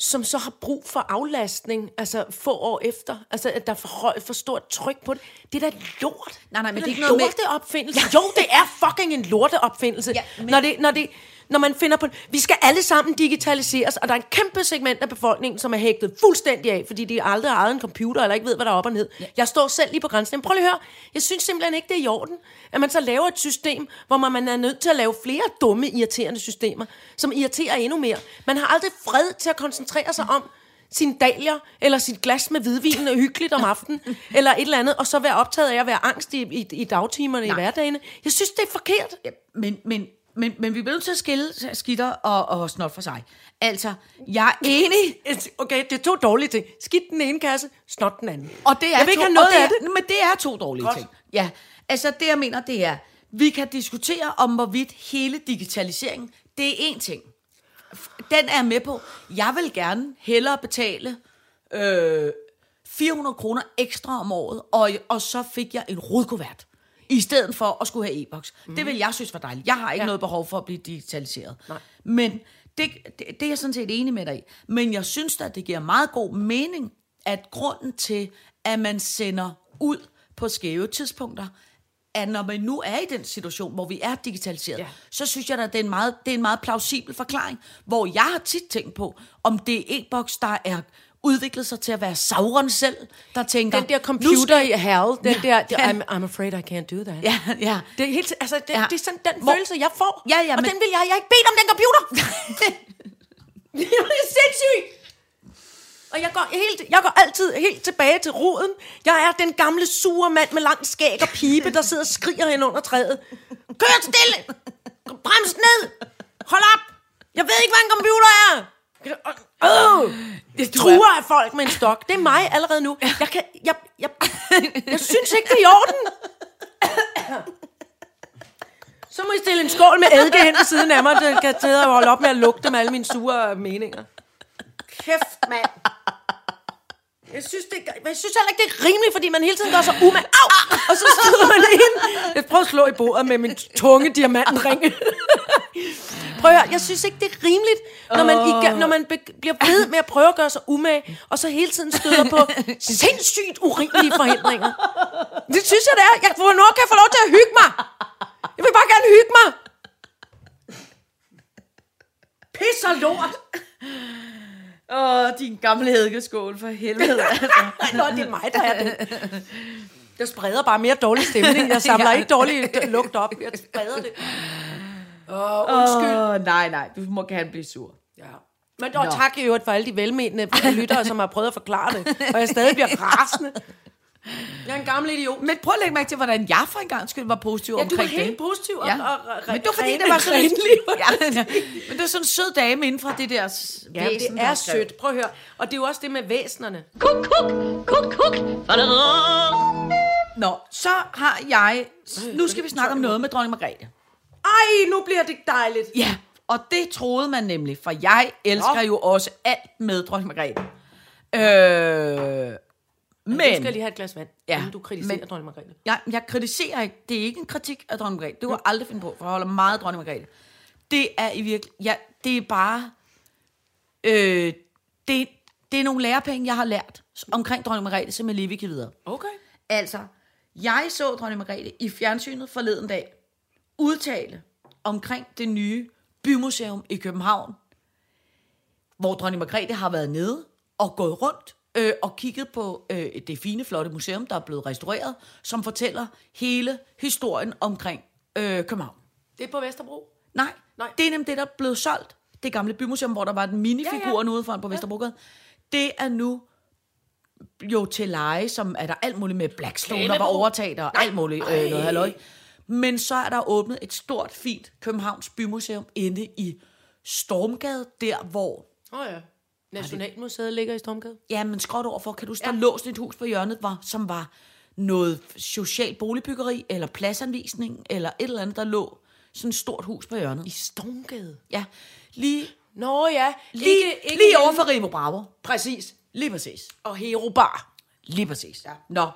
Speaker 3: som så har brug for aflastning, altså få år efter. Altså, at der er for, høj, for stort tryk på det. Det er da lort.
Speaker 4: Nej, nej, men det er
Speaker 3: da
Speaker 4: ikke noget med-
Speaker 3: lorteopfindelse. Jo, det er fucking en lorteopfindelse.
Speaker 4: Ja,
Speaker 3: Ja,
Speaker 4: men-
Speaker 3: men... Når, det, når, det, når man finder på... Vi skal alle sammen digitaliseres, og der er en kæmpe segment af befolkningen, som er hægtet fuldstændig af, fordi de aldrig har ejet en computer, eller ikke ved, hvad der er op og ned. Ja. Jeg står selv lige på grænsen. Men prøv lige at høre. Jeg synes simpelthen ikke, det er i orden, at man så laver et system, hvor man, man er nødt til at lave flere dumme, irriterende systemer, som irriterer endnu mere. Man har aldrig fred til at koncentrere sig om, sine dalier, eller sit glas med hvidvin og hyggeligt om aftenen, eller et eller andet, og så være optaget af at være angst i, i, i dagtimerne i hverdagene. Jeg synes, det er forkert.
Speaker 4: men, men, men, men vi bliver nødt til at skille skitter og, og snot for sig. Altså, jeg er enig,
Speaker 3: Et- Okay, det er to dårlige ting. Skidt den ene kasse, snot den anden.
Speaker 4: og det er
Speaker 3: jeg vil ikke
Speaker 4: to,
Speaker 3: have noget
Speaker 4: og det er,
Speaker 3: af det.
Speaker 4: Men det er to dårlige Godt.
Speaker 3: Godt.
Speaker 4: ting. Ja, altså det jeg mener, det er, vi kan diskutere om, hvorvidt hele digitaliseringen, det er én ting. Den er jeg med på. Jeg vil gerne hellere betale øh, 400 kroner ekstra om året, og, og så fik jeg en rodkuvert, i stedet for at skulle have e-boks. Mm. Det vil jeg synes var dejligt. Jeg har ikke ja.
Speaker 3: Ja.
Speaker 4: noget behov for at blive digitaliseret.
Speaker 3: Nej.
Speaker 4: Men det, det, det er jeg sådan set enig med dig i. Men jeg synes da, det giver meget god mening, at grunden til, at man sender ud på skæve tidspunkter, at når man nu er i den situation, hvor vi er digitaliseret, ja.
Speaker 3: Ja.
Speaker 4: så synes jeg da, det er, en meget, det er en meget plausibel forklaring, hvor jeg har tit tænkt på, om det er e-boks, der er udviklet sig til at være Sauron selv, der tænker...
Speaker 3: Den der
Speaker 4: "Nu
Speaker 3: computer i hell, den der,
Speaker 4: Ja.
Speaker 3: I'm, I'm afraid I can't do that.
Speaker 4: Ja, ja.
Speaker 3: Det er, helt, altså, det,
Speaker 4: Ja.
Speaker 3: ja. det er sådan den
Speaker 4: Hvor-
Speaker 3: Hvor, følelse, jeg får.
Speaker 4: Ja, ja,
Speaker 3: og
Speaker 4: men-
Speaker 3: den vil jeg. Jeg har ikke bedt om den computer. det er sindssygt. Og jeg går, helt, jeg går altid helt tilbage til roden. Jeg er den gamle sure mand med langt skæg og pibe, der sidder og skriger hen under træet. Kør stille! Brems ned! Hold op! Jeg ved ikke, hvad en computer er! Øh! Jeg truer af folk med en stok. Det er mig allerede nu. Jeg, kan, jeg, jeg, jeg synes ikke, det er i orden. Så må I stille en skål med eddike hen ved siden af mig, der kan sidde og holde op med at lugte med alle mine sure meninger. Kæft, mand. Jeg synes, det, men jeg synes heller ikke, det er rimeligt, fordi man hele tiden gør så umad. Au! Og så støder man ind. Jeg prøver at slå i bordet med min tunge diamantring. Prøv at høre, jeg synes ikke, det er rimeligt, når man, i, når man be, bliver ved med at prøve at gøre sig umage, og så hele tiden støder på sindssygt urimelige forhindringer. Det synes jeg, det er. Jeg, hvornår kan jeg få lov til at hygge mig? Jeg vil bare gerne hygge mig. Pis og lort.
Speaker 4: Åh, din gamle eddikeskål, for helvede.
Speaker 3: Ej, Nå, det er mig, der er det. Jeg spreder bare mere dårlig stemning. Jeg samler ja. ikke dårlig d- lugt op. Jeg spreder det. Åh, oh, undskyld.
Speaker 4: Åh, nej, nej, du må gerne blive sur.
Speaker 3: Ja. Men dog, tak i øvrigt for alle de velmenende øh, lyttere, som har prøvet at forklare det. Og jeg stadig bliver rasende. Jeg er en gammel idiot.
Speaker 4: Men prøv at lægge mærke til, hvordan jeg for en gang skyld var positiv
Speaker 3: Ja, du
Speaker 4: omkring
Speaker 3: var
Speaker 4: det.
Speaker 3: helt positiv. Og, og, og,
Speaker 4: Men det var fordi, det var sådan en, ja, ja. Men det var sådan en sød dame inden for det der s-
Speaker 3: Ja,
Speaker 4: væsen,
Speaker 3: det
Speaker 4: der
Speaker 3: er
Speaker 4: skrev.
Speaker 3: sødt. Prøv at høre. Og det er jo også det med væsenerne.
Speaker 2: Kuk, kuk, kuk, kuk.
Speaker 4: Nå, så har jeg...
Speaker 3: Øh,
Speaker 4: Nu skal vi snakke om noget med dronning Margrethe.
Speaker 3: Ej, nu bliver det dejligt.
Speaker 4: Ja, og det troede man nemlig, for jeg elsker
Speaker 3: Nå.
Speaker 4: jo også alt med dronning Margrethe. Øh, men...
Speaker 3: Men, du skal lige have et glas vand,
Speaker 4: Ja,
Speaker 3: ja, inden du kritiserer
Speaker 4: men-
Speaker 3: men, dronning Margrethe.
Speaker 4: Jeg, jeg kritiserer ikke. Det er ikke en kritik af dronning Margrethe.
Speaker 3: Mm.
Speaker 4: Det kunne jeg aldrig finde på, for jeg holder meget af dronning Margrethe. Det er i virkelig... Ja, det er bare... Øh, det, det er nogle lærepenge, jeg har lært omkring dronning Margrethe, som jeg lige vil give videre.
Speaker 3: Okay.
Speaker 4: Altså, jeg så dronning Margrethe i fjernsynet forleden dag udtale omkring det nye bymuseum i København, hvor dronning Margrethe har været nede og gået rundt øh, og kigget på øh, det fine, flotte museum, der er blevet restaureret, som fortæller hele historien omkring øh, København.
Speaker 3: Det er på Vesterbro.
Speaker 4: Nej, Nej,
Speaker 3: Nej.
Speaker 4: det er nemlig det, der blev solgt. Det gamle bymuseum, hvor der var den minifiguren ja, ja. ude foran på Vesterbrogade. Det er nu jo til leje, som er der alt muligt med Blackstone, der var
Speaker 3: Kæmpe-
Speaker 4: overtaget og alt muligt øh, noget halløj. Men så er der åbnet et stort, fint Københavns Bymuseum inde i Stormgade, der hvor...
Speaker 3: Åh oh, ja. Nationalmuseet ligger i Stormgade.
Speaker 4: Ja, men skråt overfor, kan du huske, der ja. lå sådan et hus på hjørnet, var, som var noget social boligbyggeri, eller pladsanvisning, eller et eller andet, der lå sådan et stort hus på hjørnet.
Speaker 3: I Stormgade?
Speaker 4: Ja, lige
Speaker 3: Nå ja.
Speaker 4: Lige,
Speaker 3: ikke, ikke
Speaker 4: lige
Speaker 3: en-
Speaker 4: over for Remo Bravo.
Speaker 3: Præcis.
Speaker 4: Lige præcis.
Speaker 3: Og Hero Bar.
Speaker 4: Lige præcis. Ja. Nå.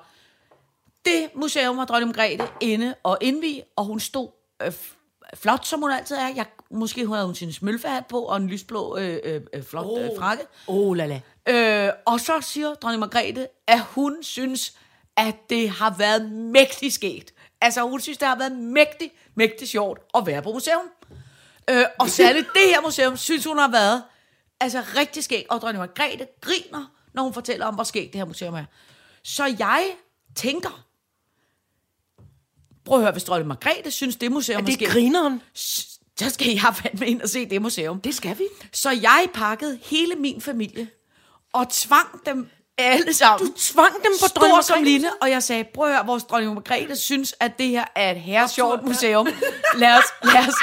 Speaker 4: Det museum var dronning Margrethe inde og indvig, og hun stod øh, f- flot, som hun altid er. Jeg, måske havde hun sin smølfehat på og en lysblå øh, øh, øh, flot oh. øh, frakke.
Speaker 3: Oh la la.
Speaker 4: Øh, og så siger dronning Margrethe, at hun synes, at det har været mægtigt sket. Altså, hun synes, det har været mægtigt, mægtigt sjovt at være på museum. Øh, og særligt det her museum, synes hun har været altså rigtig skægt. Og dronning Margrethe griner, når hun fortæller om, hvor skægt det her museum er. Så jeg tænker, prøv at høre, hvis dronning Margrethe synes, det museum
Speaker 3: Det er
Speaker 4: skægt,
Speaker 3: grineren.
Speaker 4: så skal I have fandme ind og se det museum.
Speaker 3: Det skal vi.
Speaker 4: Så jeg pakkede hele min familie og tvang dem alle sammen. Du
Speaker 3: Tvang dem på
Speaker 4: Stor
Speaker 3: dronning
Speaker 4: som
Speaker 3: Margrethe.
Speaker 4: Line, og jeg sagde, prøv at høre, vores dronning Margrethe synes, at det her er et herresjovt museum. Lad os, lad os,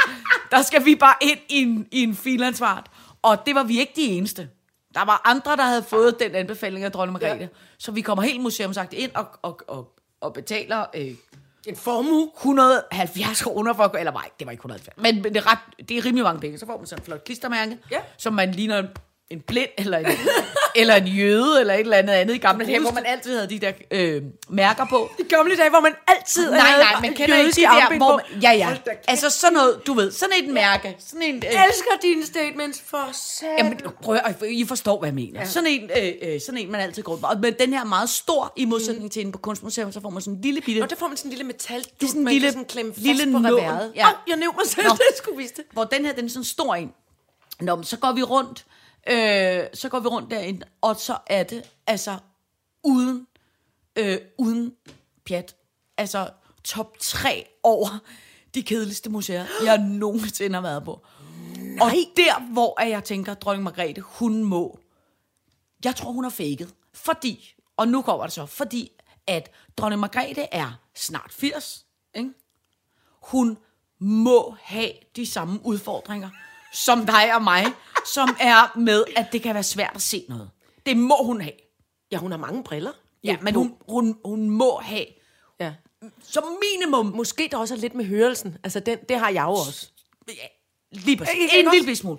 Speaker 4: der skal vi bare ind i en, i en filandsvart. Og det var vi ikke de eneste. Der var andre, der havde fået den anbefaling af dronning Margrethe. Ja. Så vi kommer helt museumsagt ind og, og, og, og betaler øh,
Speaker 3: En formue.
Speaker 4: 170 kroner for at gå, eller nej, det var ikke 170, men, men det, er ret, det er rimelig mange penge. Så får man sådan en flot klistermærke,
Speaker 3: Ja.
Speaker 4: som man ligner en, en blind, eller en, eller en jøde, eller et eller andet andet i gamle dage, hvor man altid havde de der øh, mærker på.
Speaker 3: I gamle dage, hvor man altid
Speaker 4: Nej,
Speaker 3: havde
Speaker 4: nej, man kender ikke
Speaker 3: jødiske
Speaker 4: de der,
Speaker 3: armbind
Speaker 4: hvor
Speaker 3: på.
Speaker 4: man, ja, ja.
Speaker 3: Hold da kæft.
Speaker 4: Altså sådan noget, du ved, sådan et mærke, sådan en... Øh,
Speaker 3: Jeg elsker dine statements for satan.
Speaker 4: Jamen, prøv at, I forstår, hvad jeg mener. Ja. Sådan, en, øh, øh, sådan en, man altid går rundt med. Og med den her meget stor, i modsætning til en på kunstmuseum, så får man sådan en lille bitte...
Speaker 3: Og der får man sådan en lille metal, du
Speaker 4: er sådan en
Speaker 3: man
Speaker 4: lille-
Speaker 3: kan sådan klemme fast
Speaker 4: lille
Speaker 3: på
Speaker 4: nål.
Speaker 3: reværet.
Speaker 4: Ja.
Speaker 3: Åh, jeg nævner mig selv,
Speaker 4: Nå.
Speaker 3: det skulle vise det.
Speaker 4: hvor den her, den er sådan stor en. Nå, men så går vi rundt, øh, så går vi rundt derinde, og så er det, altså, uden, øh, uden pjat, altså, top 3 over de kedeligste museer, jeg nogensinde har været på. Nej. Og der, hvor at jeg tænker, dronning Margrethe, hun må, jeg tror, hun har faked, fordi, og nu kommer det så, fordi, at dronning Margrethe er snart 80, ikke? hun må have de samme udfordringer som dig og mig, som er med, at det kan være svært at se noget. Det må hun have.
Speaker 3: Ja, hun har mange briller.
Speaker 4: Ja, men hun, hun, hun må have.
Speaker 3: Ja.
Speaker 4: Som minimum,
Speaker 3: Måske der også er lidt med hørelsen. Altså, den, det har jeg jo også.
Speaker 4: lige præcis,
Speaker 3: Ikke
Speaker 4: en
Speaker 3: også?
Speaker 4: lille bitte smule.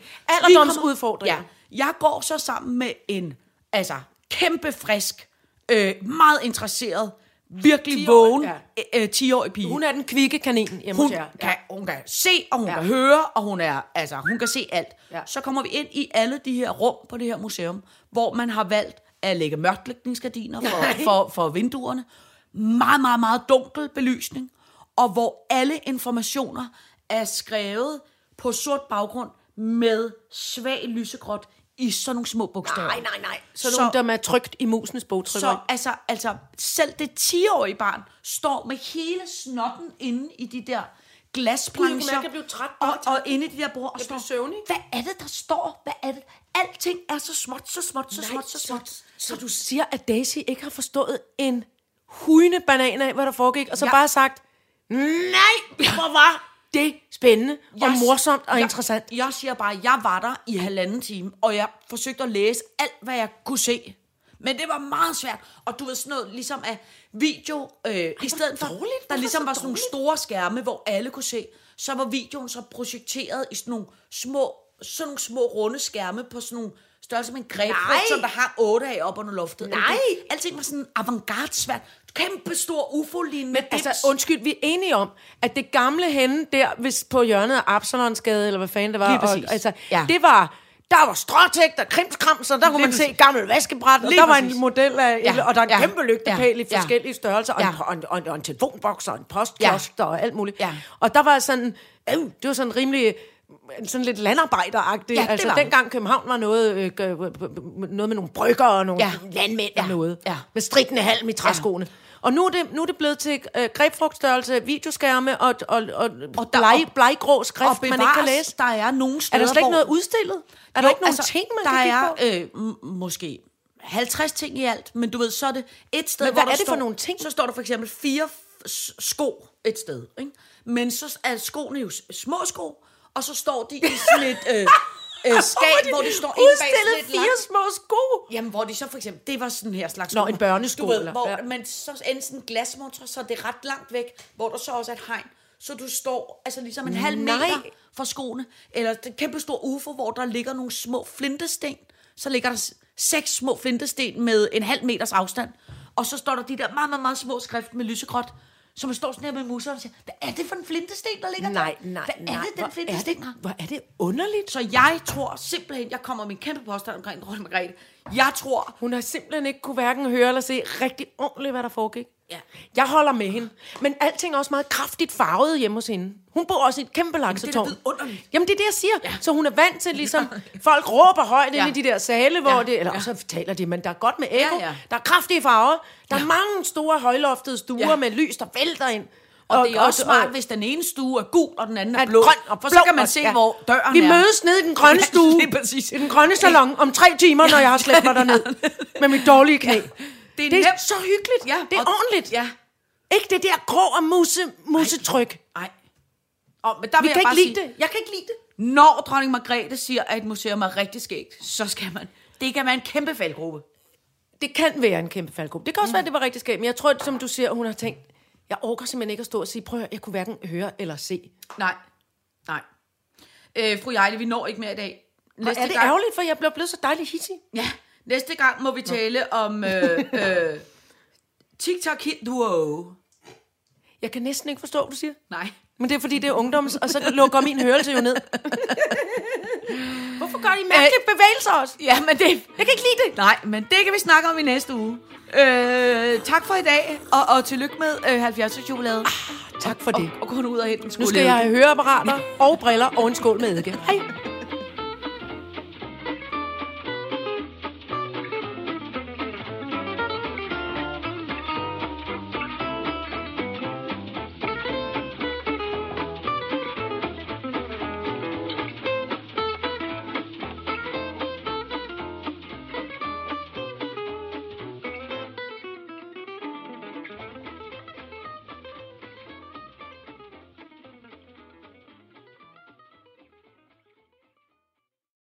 Speaker 3: Alderdomsudfordringer.
Speaker 4: Ja. Jeg går så sammen med en altså, kæmpe frisk, øh, meget interesseret, virkelig 10 vågen,
Speaker 3: ja.
Speaker 4: øh, øh, 10-årig pige.
Speaker 3: Hun er den kvikke kanin hjemme
Speaker 4: hun
Speaker 3: hos jer.
Speaker 4: kan, hun kan se, og hun
Speaker 3: Ja.
Speaker 4: ja. kan høre, og hun, er, altså, hun kan se alt.
Speaker 3: Ja.
Speaker 4: Ja. Så kommer vi ind i alle de her rum på det her museum, hvor man har valgt at lægge mørklægningsgardiner for, for, for vinduerne. Meget, meget, meget dunkel belysning. Og hvor alle informationer er skrevet på sort baggrund med svag lysegråt i sådan nogle små bogstaver.
Speaker 3: Nej, nej, nej. Så,
Speaker 4: Så-
Speaker 3: så nogen, der er trygt i musens bogtrykker.
Speaker 4: Så altså, altså, selv det 10-årige barn står med hele snotten inde i de der
Speaker 3: Gud,
Speaker 4: glasbrancher.
Speaker 3: jeg kan blive træt bare
Speaker 4: og,
Speaker 3: af tanken.
Speaker 4: og inde i de der bord og
Speaker 3: Jeg bliver
Speaker 4: står,
Speaker 3: søvnig.
Speaker 4: hvad er det, der står? Hvad er det? Alting er så småt, så småt, så småt, så småt.
Speaker 3: Så du siger, at Daisy ikke har forstået en hujende banan af, hvad der foregik, og så ja.
Speaker 4: Ja.
Speaker 3: bare sagt, nej, hvor var det spændende og
Speaker 4: Jeg-
Speaker 3: morsomt og
Speaker 4: jeg,
Speaker 3: interessant.
Speaker 4: Jeg siger bare, jeg var der i halvanden time, og jeg forsøgte at læse alt, hvad jeg kunne se. Men det var meget svært. Og du ved sådan noget, ligesom af video, øh, i stedet for,
Speaker 3: dårligt.
Speaker 4: der
Speaker 3: Hvorfor
Speaker 4: ligesom
Speaker 3: så
Speaker 4: var sådan nogle store skærme, hvor alle kunne se, så var videoen så projekteret i sådan nogle små, sådan nogle små runde skærme på sådan nogle størrelse med en
Speaker 3: Nej.
Speaker 4: grebfrugt, som der har otte af op under loftet.
Speaker 3: Nej.
Speaker 4: Alting- Alting var sådan avantgarde svært. Kæmpe stor ufo-lignende.
Speaker 3: Men altså, undskyld, vi er enige om, at det gamle hende der hvis på hjørnet af Absalonsgade, eller hvad fanden det var,
Speaker 4: Lige præcis.
Speaker 3: Og, altså, ja.
Speaker 4: Ja.
Speaker 3: det var... Der var stråtægt og krimskrams, og der kunne
Speaker 4: Lige
Speaker 3: man se
Speaker 4: præcis.
Speaker 3: gammel vaskebræt, og
Speaker 4: Lige
Speaker 3: der var
Speaker 4: præcis.
Speaker 3: en model af, ja.
Speaker 4: Ja.
Speaker 3: og der er en ja.
Speaker 4: Ja.
Speaker 3: kæmpe lygtepæl ja. i
Speaker 4: Ja.
Speaker 3: forskellige ja. størrelser, og, ja.
Speaker 4: Ja.
Speaker 3: en, og, en, og, en, og en telefonboks, og en postkiosk, ja. og alt muligt.
Speaker 4: Ja.
Speaker 3: Og der var sådan, øh, det var sådan rimelig, øh, sådan lidt landarbejderagtigt.
Speaker 4: Ja, det
Speaker 3: altså,
Speaker 4: var det.
Speaker 3: dengang København var noget, øh, gø- noget med nogle brygger og nogle
Speaker 4: Ja.
Speaker 3: landmænd og
Speaker 4: Ja.
Speaker 3: noget.
Speaker 4: Ja.
Speaker 3: Med strikkende halm i træskoene. Ja. Og nu er, det, nu er det blevet til øh, grebfrugtstørrelse, videoskærme og, og, og, og
Speaker 4: der-
Speaker 3: blege,
Speaker 4: og-
Speaker 3: bleggrå skrift,
Speaker 4: og bevares,
Speaker 3: man ikke kan læse.
Speaker 4: der er nogle
Speaker 3: Er
Speaker 4: steder,
Speaker 3: der slet ikke
Speaker 4: hvor-
Speaker 3: noget udstillet? Er der
Speaker 4: Jo, altså,
Speaker 3: ikke nogen ting, man
Speaker 4: der
Speaker 3: kan
Speaker 4: er,
Speaker 3: kigge på?
Speaker 4: Øh, m- måske 50 ting i alt, men du ved, så er det et sted,
Speaker 3: Men
Speaker 4: hvor
Speaker 3: hvad
Speaker 4: der
Speaker 3: er det for
Speaker 4: står,
Speaker 3: nogle ting?
Speaker 4: Så står der for eksempel fire f- s- sko et sted, ikke? men så er skoene jo s- små sko, og så står de i sådan et øh, øh, skab, hvor de står inde bag
Speaker 3: Udstillet
Speaker 4: sådan et
Speaker 3: fire
Speaker 4: langt...
Speaker 3: små sko.
Speaker 4: Jamen, hvor de så for eksempel, det var sådan her slags
Speaker 3: Nå,
Speaker 4: sko.
Speaker 3: en børnesko,
Speaker 4: Du ved,
Speaker 3: eller-
Speaker 4: hvor,
Speaker 3: ja.
Speaker 4: Men så enten sådan en glasmontre, så er det ret langt væk, hvor der så også er et hegn. Så du står altså ligesom en halv
Speaker 3: Nej.
Speaker 4: meter fra skoene. Eller det kæmpe store ufo, hvor der ligger nogle små flintesten. Så ligger der s- seks små flintesten med en halv meters afstand. Og så står der de der meget, meget, meget små skrift med lysegråt. Så man står sådan her med musser og siger, hvad er det for en flintesten, der ligger
Speaker 3: Nej,
Speaker 4: der?
Speaker 3: nej,
Speaker 4: Hvad
Speaker 3: nej.
Speaker 4: er det, den
Speaker 3: hvor, er
Speaker 4: flintesten har?
Speaker 3: det, hvor er det underligt?
Speaker 4: Så jeg tror simpelthen, jeg kommer med en kæmpe påstand omkring Dronning Margrethe. Jeg tror,
Speaker 3: Hun har simpelthen ikke kunne hverken høre eller se rigtig ordentligt, hvad der foregik.
Speaker 4: Ja.
Speaker 3: Jeg holder med hende. Men alting er også meget kraftigt farvet hjemme hos hende. Hun bor også i et kæmpe laksetårn.
Speaker 4: vidunderligt.
Speaker 3: Jamen, det er det, jeg siger. Ja. Så hun er vant til, ligesom, folk råber højt ja.
Speaker 4: Ja.
Speaker 3: ind i de der sale, hvor
Speaker 4: Ja.
Speaker 3: ja. det... Eller ja. så taler de, men der er godt med ekko.
Speaker 4: Ja, ja.
Speaker 3: Der er kraftige farver. Der er mange store højloftede stuer
Speaker 4: Ja.
Speaker 3: med lys, der vælter ind.
Speaker 4: og, og det er også smart,
Speaker 3: og-
Speaker 4: hvis den ene stue er gul, og den anden er,
Speaker 3: er
Speaker 4: blå.
Speaker 3: grøn og blå.
Speaker 4: for så kan man
Speaker 3: og-
Speaker 4: se, hvor døren
Speaker 3: Vi
Speaker 4: er.
Speaker 3: mødes nede i den grønne
Speaker 4: Ja,
Speaker 3: stue.
Speaker 4: lige præcis.
Speaker 3: I den grønne salon om tre timer, når jeg har slæbt mig derned. Med mit dårlige knæ.
Speaker 4: Det er
Speaker 3: Det er
Speaker 4: nemt.
Speaker 3: så hyggeligt.
Speaker 4: Ja,
Speaker 3: det er
Speaker 4: og-
Speaker 3: ordentryk.
Speaker 4: Ja.
Speaker 3: Ikke det der grå og musse, musetryk.
Speaker 4: Nej. Og, men der
Speaker 3: Vi
Speaker 4: vil jeg
Speaker 3: kan
Speaker 4: bare
Speaker 3: ikke lide
Speaker 4: sige,
Speaker 3: det. Jeg kan ikke lide det.
Speaker 4: Når dronning Margrethe siger, at et museum er rigtig skægt, så skal man. Det kan være en kæmpe faldgruppe.
Speaker 3: Det kan være en kæmpe faldgruppe. Det kan også være, at det var rigtig skæmt. Men jeg tror, som du siger, hun har tænkt, jeg orker simpelthen ikke at stå og sige, prøv at høre, jeg kunne hverken høre eller se.
Speaker 4: Nej. Nej. Øh, fru Jejle, vi når ikke mere i dag.
Speaker 3: Og er det ærgerligt, for jeg blev blevet så dejlig hissig?
Speaker 4: Ja, næste gang må vi tale om øh, øh, TikTok hit duo.
Speaker 3: Jeg kan næsten ikke forstå, hvad du siger.
Speaker 4: Nej.
Speaker 3: Men det er, fordi det er ungdoms, og så lukker min hørelse jo ned. Hvorfor gør de mærkelige bevægelser også?
Speaker 4: Ja, men det...
Speaker 3: Jeg kan ikke lide det.
Speaker 4: Nej, men det kan vi snakke om i næste uge. Øh, tak for i dag, og, og tillykke med øh, 70 chokolade. Ah,
Speaker 3: Tak for det.
Speaker 4: Og, og gå nu ud og hente en
Speaker 3: Nu
Speaker 4: skole
Speaker 3: skal jeg have høreapparater og briller og en skål med eddike. Hej.